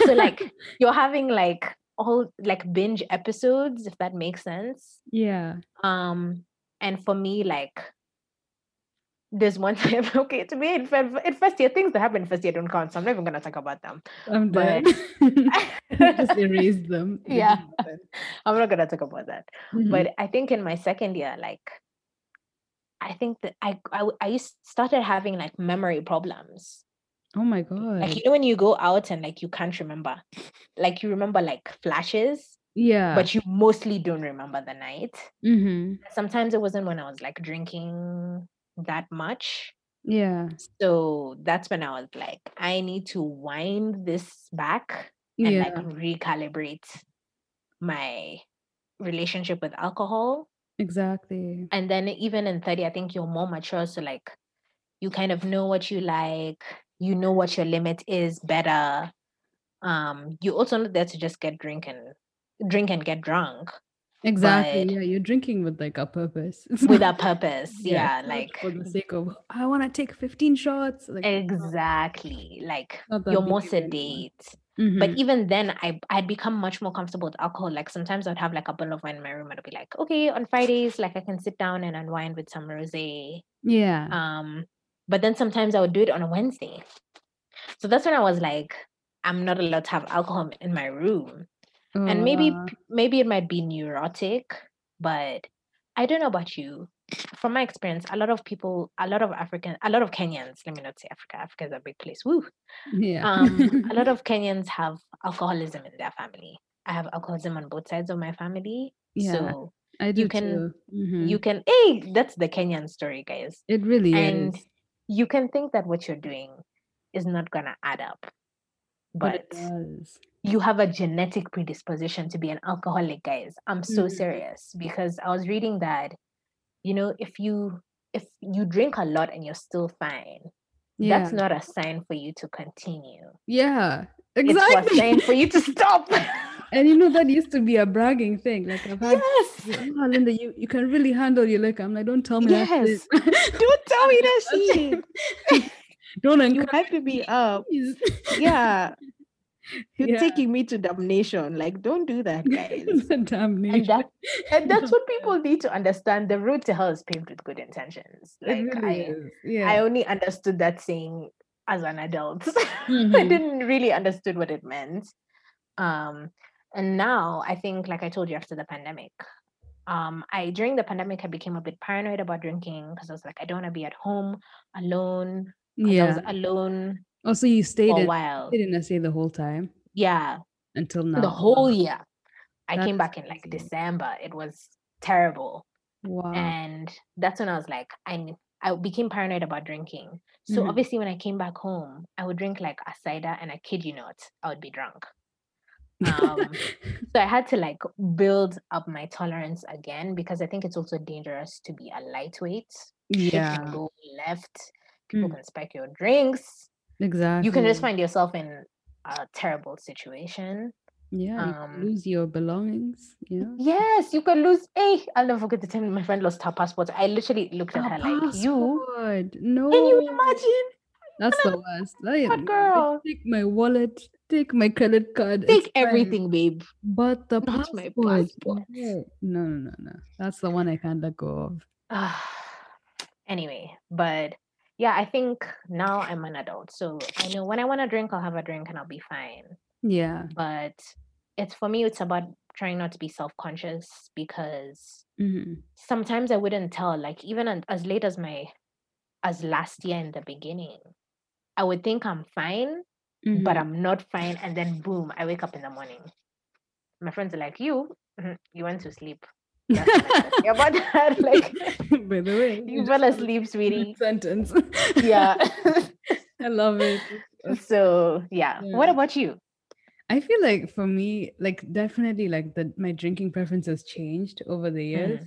B: so like you're having like all like binge episodes if that makes sense
A: yeah.
B: um and for me like there's one time okay to me in, fir- in first year things that happen in first year don't count so i'm not even gonna talk about them
A: I'm
B: But-
A: done. Just erase them. They
B: Yeah.
A: didn't happen.
B: i'm not gonna talk about that
A: Mhm.
B: but i think in my second year like i think that i i, w- I used started having like memory problems
A: Oh my god.
B: Like you know when you go out and like you can't remember, like you remember like flashes,
A: yeah.
B: but you mostly don't remember the night.
A: mm-hmm.
B: Sometimes it wasn't when I was like drinking that much.
A: Yeah.
B: So that's when I was like, I need to wind this back and
A: Yeah.
B: like recalibrate my relationship with alcohol.
A: exactly.
B: And then even in 30, I think you're more mature. So like you kind of know what you like, you know what your limit is better. Um, you also not there to just get drink and drink and get drunk
A: Exactly.
B: but-
A: Yeah. You're drinking with like a purpose. It's
B: with
A: not-
B: a purpose.
A: yeah,
B: yeah,
A: it's not
B: like
A: for the sake of I want to take 15 shots. Like
B: exactly. Like
A: not that
B: you're more
A: behavior anymore.
B: sedate. But
A: Mhm.
B: even then, I I'd become much more comfortable with alcohol. Like sometimes I'd have like a bottle of wine in my room, and I'd be like, okay, on Fridays, like I can sit down and unwind with some rosé.
A: Mm-hmm. yeah.
B: Um, but then sometimes I would do it on a Wednesday. So that's when I was like, I'm not allowed to have alcohol in my room. And maybe
A: Uh,
B: p- maybe it might be neurotic, but I don't know about you. From my experience, a lot of people, a lot of African, a lot of Kenyans, let me not say Africa, Africa is a big place. Woo
A: yeah.
B: um, a lot of Kenyans have alcoholism in their family. I have alcoholism on both sides of my family.
A: Yeah,
B: So
A: I do
B: you can-
A: too. Mhm.
B: you can, hey, that's the Kenyan story, guys.
A: it really
B: and
A: is.
B: You can think that what you're doing is not going to add up,
A: But it
B: but
A: does.
B: you have a genetic predisposition to be an alcoholic, guys. I'm so
A: Mhm.
B: serious because I was reading that, you know, if you, if you drink a lot and you're still fine,
A: Yeah.
B: that's not a sign for you to continue.
A: yeah.
B: It's a sign
A: Exactly.
B: for you to stop.
A: And you know that used to be a bragging thing. Like I've had
B: yes.
A: oh, Linda, you, you can really handle your liquor. I'm like, don't tell me
B: Yes. Don't tell me that shit.
A: don't
C: You
A: encourage
C: have to be up.
A: me.
C: Yeah. You're
A: Yeah.
C: taking me to damnation. Like, don't do that, guys.
A: The damnation.
B: And, that, and that's what people need to understand. The road to hell is paved with good intentions.
A: It
B: Like
A: really
B: I,
A: is. Yeah.
B: I only understood that saying as an adult. I
A: Mhm.
B: didn't really understood what it meant. Um, and now I think, like I told you, after the pandemic, um, I during the pandemic I became a bit paranoid about drinking because I was like, I don't want to be at home alone. 'cause I
A: yeah.
B: was alone
A: Also, you stayed
B: for a
A: in,
B: while.
A: stayed in SA the whole time
B: Yeah,
A: until now.
B: the whole year. I came
A: That's
B: back in like
A: crazy.
B: December. It was terrible,
A: Wow.
B: and that's when I was like, I n- I became paranoid about drinking. So
A: Mhm.
B: obviously, when I came back home, I would drink like a cider, and I kid you not, I would be drunk. Um, so I had to like build up my tolerance again because I think it's also dangerous to be a lightweight. Shit
A: yeah. Mm.
B: can go left. People can spike your drinks.
A: Exactly.
B: You can just find yourself in a terrible situation.
A: Yeah. you can
B: um,
A: lose your belongings. Yeah.
B: Yes, you could lose. Hey, I'll never forget the time my friend lost her passport. I literally looked at
A: A
B: her like, "You
A: passport. No.
B: can you imagine?
A: That's the worst. Like,
B: What girl?
A: Take my wallet. Take my credit card. it's
B: Take
A: fine,
B: everything, babe."
A: But the
C: Not my
A: passport.
C: passport.
A: No, no, no, no. That's the one I can't let go of.
B: anyway, but yeah, I think now I'm an adult, so I know when I want to drink, I'll have a drink and I'll be fine.
A: Yeah.
B: But it's for me, it's about trying not to be self-conscious because
A: hmm
B: sometimes I wouldn't tell. Like even an- as late as my as last year in the beginning, I would think I'm fine.
A: Mm-hmm.
B: but uh, I'm not fine. And then boom, I wake up in the morning. My friends are like, you, mhm, you went to sleep. That's what I gotta say about that, like
A: By the way,
B: you
A: just
B: fell
A: finished
B: asleep,
A: that
B: sweetie.
A: Sentence.
B: Yeah.
A: I love it.
B: so yeah. What
A: Yeah.
B: about you?
A: I feel like for me, like definitely like the my drinking preferences changed over the
B: Mm.
A: years.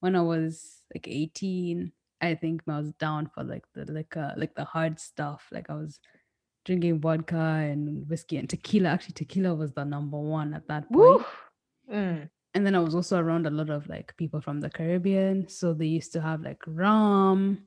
A: When I was like 18, I think I was down for like the liquor, like the hard stuff. Like I was drinking vodka and whiskey and tequila. Actually, tequila was the number one at that point.
B: Woo. Mm.
A: And then I was also around a lot of like people from the Caribbean. So they used to have like rum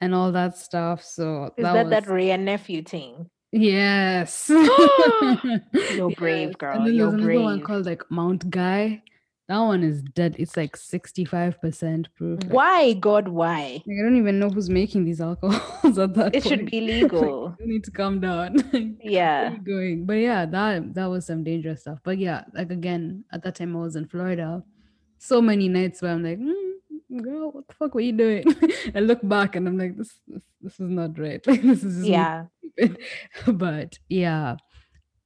A: and all that stuff. So
B: Is that
A: was
B: that Ray and nephew thing?
A: Yes.
B: You're brave,
A: Yes.
B: girl.
A: And then
B: You're
A: there's another one
B: brave.
A: called like Mount Guy. That one is dead. It's like 65% proof. Like,
C: Why, God, why?
A: I don't even know who's making these alcohols at that
B: It should
A: point.
B: be
A: Like,
B: legal.
A: you need to calm down. Where are
B: Yeah.
A: you going? But yeah, that that was some dangerous stuff. But yeah, like again, at that time I was in Florida. So many nights where I'm like, "Mm, girl, what the fuck were you doing? I look back and I'm like, this this, this is not right. Like this is just me
B: Yeah.
A: stupid. But yeah,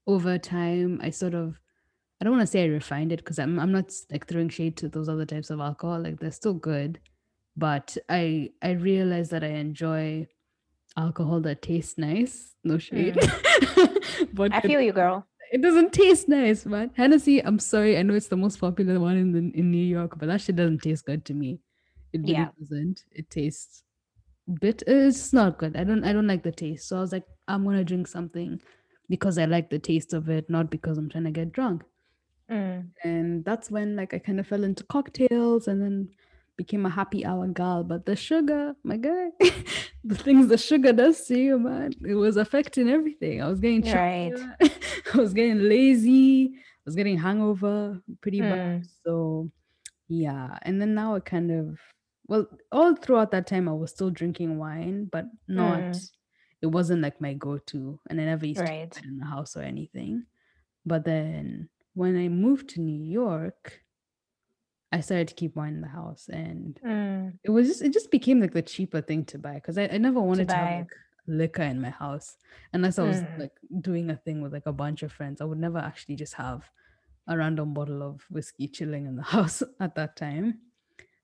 A: over time, I sort of, I don't want to say I refined it because I'm, I'm not like throwing shade to those other types of alcohol. Like they're still good, but I, I realized that I enjoy alcohol that tastes nice. No shade. but
B: Mm. I feel you, girl.
A: it doesn't taste nice, man. Hennessy, I'm sorry. I know it's the most popular one in the, in New York, but that shit doesn't taste good to me. It really
B: Yeah.
A: doesn't. It tastes bit. It's just not good. I don't. I don't like the taste. So I was like, I'm gonna drink something because I like the taste of it, not because I'm trying to get drunk.
B: Mm.
A: And that's when like I kind of fell into cocktails and then became a happy hour gal. But the sugar, my guy, the things the sugar does to you, man, it was affecting everything. I was getting chubby.
B: Right.
A: Yeah. I was getting lazy. I was getting hungover pretty bad.
B: Mm.
A: So, yeah. And then now I kind of, well, all throughout that time, I was still drinking wine, but not,
B: Mm.
A: it wasn't like my go to. And I never used to
B: Right.
A: have it in the house or anything. But then when I moved to New York, I started to keep wine in the house. And
B: Mm.
A: it was just, it just became like the cheaper thing to buy because I, I never wanted to,
B: buy.
A: have like liquor in my house unless I was
B: Mm.
A: like doing a thing with like a bunch of friends. I would never actually just have a random bottle of whiskey chilling in the house at that time.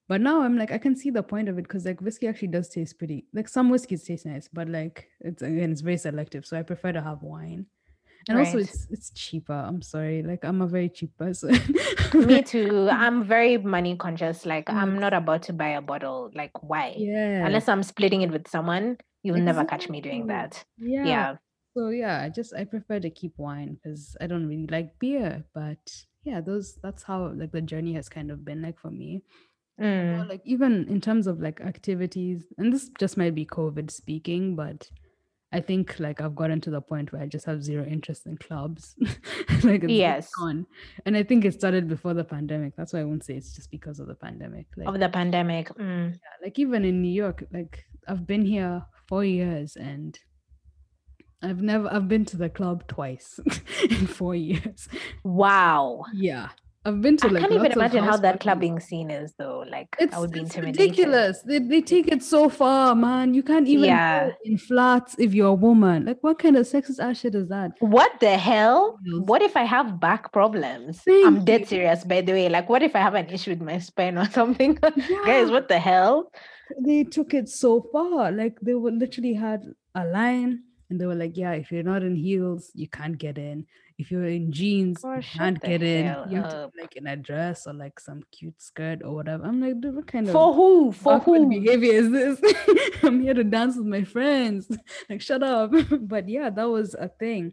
A: But now I'm like, I can see the point of it because like whiskey actually does taste pretty. Like some whiskeys taste nice, but like it's again it's very selective. So I prefer to have wine, and also
B: Right.
A: it's it's cheaper. I'm sorry, like I'm a very cheap person.
B: Me too. I'm very money conscious. Like I'm
A: Yes.
B: not about to buy a bottle. Like why?
A: yeah,
B: Unless I'm splitting it with someone, you'll never catch me doing
A: Exactly.
B: that.
A: yeah.
B: Yeah.
A: So yeah, I just I prefer to keep wine because I don't really like beer. But yeah, those that's how like the journey has kind of been like for me. Or,
B: Mm.
A: like even in terms of like activities, and this just might be COVID speaking, but I think like I've gotten to the point where I just have zero interest in clubs. like it's
B: Yes.
A: gone. And I think it started before the pandemic. That's why I won't say it's just because of the pandemic. Like
B: Of the pandemic. Mm.
A: yeah, like even in New York, like I've been here four years and I've never I've been to the club twice in four years.
B: Wow.
A: Yeah. I've been to
B: I
A: like
B: can't even
A: lots of
B: imagine how
A: house
B: that
A: parties.
B: clubbing scene is though. Like
A: It's,
B: I would be
A: it's
B: intimidated.
A: ridiculous. They, they take it so far, man. You can't even
B: Yeah.
A: go in flats if you're a woman. Like, what kind of sexist ass shit is that?
B: What the hell?
A: Yes.
B: What if I have back problems? I'm
A: Thank you.
B: dead serious, by the way. Like, what if I have an issue with my spine or something?
A: Yeah.
B: Guys, what the hell?
A: they took it so far. Like they were literally had a line and they were like, Yeah, if you're not in heels, you can't get in. If you're in jeans,
B: Girl,
A: you
B: shut
A: can't
B: the
A: get in.
B: hell
A: You have to
B: up.
A: be, like in a dress or like some cute skirt or whatever. I'm like, dude, what kind
B: For
A: of
B: who? For
A: awkward
B: who?
A: behavior is this? I'm here to dance with my friends. Like, shut up. but yeah, that was a thing.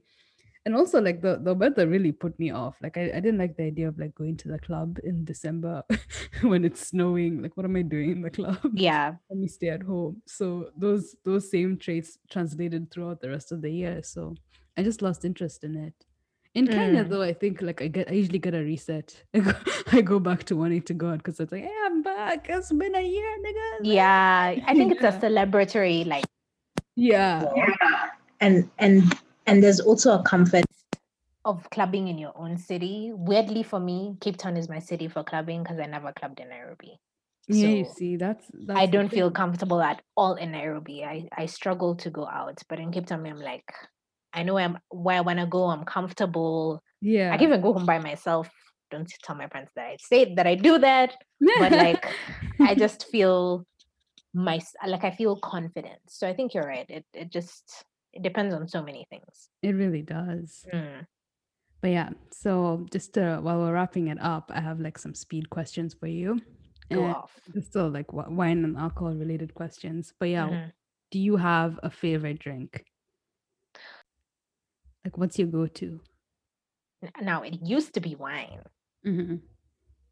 A: And also like the, the weather really put me off. Like I, I didn't like the idea of like going to the club in December when it's snowing. Like what am I doing in the club?
B: Yeah.
A: let me stay at home. So those those same traits translated throughout the rest of the year. So I just lost interest in it. In Kenya,
B: Mm.
A: though, I think like I get I usually get a reset. I go, I go back to wanting to go out because it's like, hey, I'm back. It's been a year, nigga.
B: Yeah. I think it's a
A: Yeah.
B: celebratory, like
A: Yeah.
D: and and and there's also a comfort
B: of clubbing in your own city. Weirdly for me, Cape Town is my city for clubbing because I never clubbed in Nairobi.
A: Yeah, you
B: So,
A: see, that's, that's
B: I
A: the
B: don't feel
A: thing.
B: comfortable at all in Nairobi. I, I struggle to go out, but in Cape Town, I'm like, I know I'm where I want to go. I'm comfortable.
A: Yeah.
B: I can even go home by myself. Don't tell my parents that I say that I do that, but like, I just feel my s- like I feel confident. So I think you're right. It it just it depends on so many things.
A: it really does.
B: Mm.
A: But yeah, so just uh, while we're wrapping it up, I have like some speed questions for you.
B: Go
A: And
B: off.
A: there's still like wi- wine and alcohol related questions. But yeah,
B: Mhm.
A: do you have a favorite drink? Like, what's your go-to?
B: N- Now it used to be wine.
A: Mm-hmm.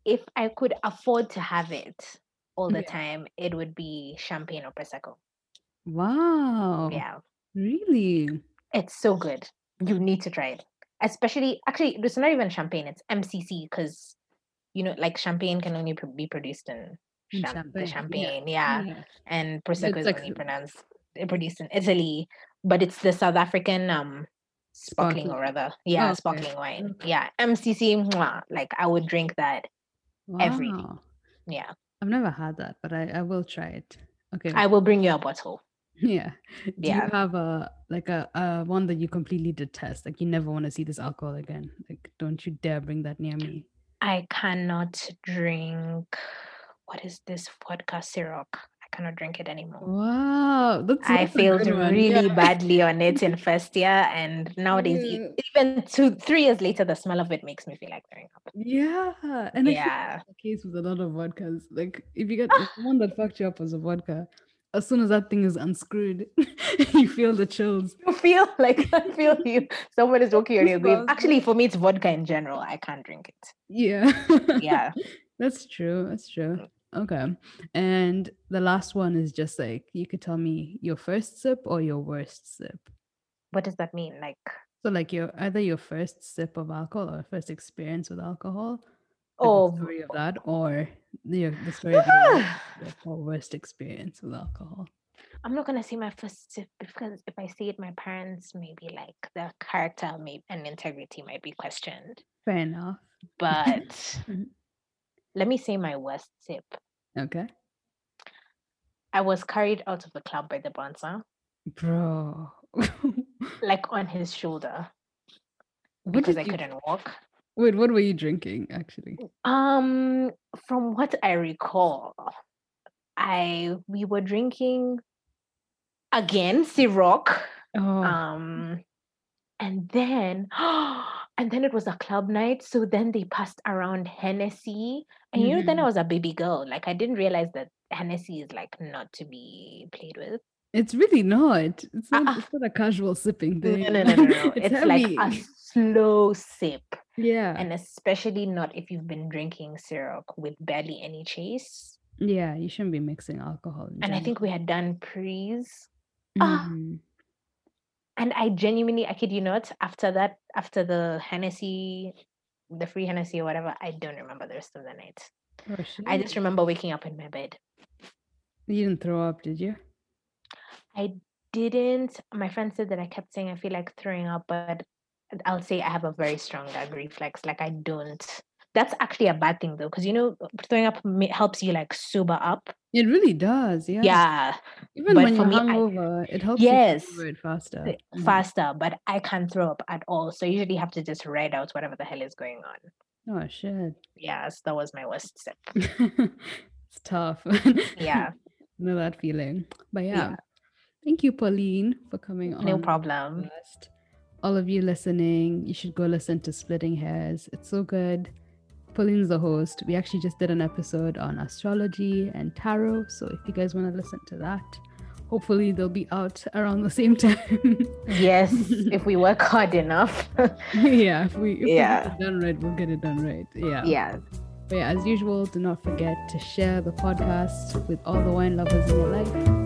B: If I could afford to have it all the
A: Yeah.
B: time, it would be champagne or prosecco.
A: Wow.
B: Yeah.
A: Really?
B: It's so good. You need to try it. Especially, actually, it's not even champagne, it's MCC because, you know, like champagne can only pr- be produced in
A: In
B: champ- the
A: champagne, yeah,
B: champagne. Yeah.
A: Yeah.
B: And Prosecco
A: it's
B: is
A: like
B: only
A: s-
B: pronounced, eh, produced in Italy, but it's the South African um sparkling, or rather. Yeah,
A: Oh, okay.
B: sparkling wine.
A: Okay.
B: Yeah. MCC, mwah, like I would drink that. every day.
A: Wow.
B: Yeah.
A: I've never had that, but I, I will try it. Okay.
B: I will bring you a bottle.
A: Yeah. Do
B: Yeah.
A: you have a like a, a one that you completely detest? Like you never want to see this alcohol again. Like don't you dare bring that near me.
B: I cannot drink. What is this vodka syrup? I cannot drink it anymore.
A: Wow. That's,
B: I
A: that's a
B: failed
A: good one.
B: really
A: Yeah. Mm.
B: badly on it in first year, and nowadays, e- even two, three years later, the smell of it makes me feel like throwing up.
A: Yeah. And I feel
B: yeah,
A: that's the case with a lot of vodkas. Like if you get if the one that fucked you up was a vodka, as soon as that thing is unscrewed, you feel the chills.
B: you feel like I feel you. Someone is walking on your grave.
A: Goosebumps.
B: Actually, for me, it's vodka in general. I can't drink it.
A: Yeah.
B: Yeah. Mm.
A: That's true. That's true. Okay. And the last one is just like you could tell me your first sip or your worst sip.
B: what does that mean? Like,
A: So like your either your first sip of alcohol or first experience with alcohol, like
B: oh,
A: the story of that, or the, the story of your worst sip or worst experience with alcohol.
B: I'm not gonna say my first sip because if I say it, my parents may be like their character may and integrity might be questioned.
A: Fair enough.
B: But
A: Mhm.
B: let me say my worst sip.
A: Okay,
B: I was carried out of the club by the bouncer,
A: bro.
B: like on his shoulder,
A: What
B: because
A: did
B: I
A: you-
B: couldn't walk.
A: Wait, what were you drinking actually?
B: Um, from what I recall, I we were drinking again Ciroc.
A: Oh,
B: um and then and then it was a club night so then they passed around hennessy and you know then i was a baby girl like i didn't realize that hennessy is like not to be played with
A: it's really not. It's not.
B: uh-uh.
A: It's not a casual sipping
B: no
A: thing.
B: no no no, no. no.
A: it's
B: it's, like a
A: heavy.
B: slow sip
A: yeah.
B: and especially not if you've been drinking syrup with barely any chase
A: yeah, you shouldn't be mixing alcohol. in
B: and i
A: general.
B: think we had done pre's ah,
A: Mhm.
B: and I genuinely, I kid you not, after that, after the Hennessy, the free Hennessy or whatever, I don't remember the rest of the night.
A: Oh,
B: I
A: shit.
B: just remember waking up in my bed.
A: you didn't throw up, did you?
B: I didn't, my friend said that I kept saying I feel like throwing up, but I'll say I have a very strong gag reflex. Like I don't. That's actually a bad thing though, because you know, throwing up ma- helps you like sober up.
A: It really does. Yeah.
B: Yeah,
A: Even
B: But
A: when
B: for
A: you're
B: me, I-
A: hungover, it helps
B: Yes.
A: you recover it faster.
B: th-
A: Mm.
B: faster, but I can't throw up at all. So I usually have to just ride out whatever the hell is going on.
A: Oh shit,
B: Yes, that was my worst sip.
A: it's tough.
B: Yeah.
A: know that feeling. But yeah.
B: Yeah.
A: thank you, Pauline, for coming on.
B: No
A: the
B: problem.
A: podcast. All of you listening, you should go listen to Splitting Hairs. It's so good. Pauline's the host. We actually just did an episode on astrology and tarot, so if you guys want to listen to that, hopefully they'll be out around the same time.
B: Yes, if we work hard enough.
A: yeah, if we if we
C: Yeah.
A: get it done right, we'll get it done right. Yeah.
C: Yeah.
A: But yeah, as usual, do not forget to share the podcast with all the wine lovers in your life.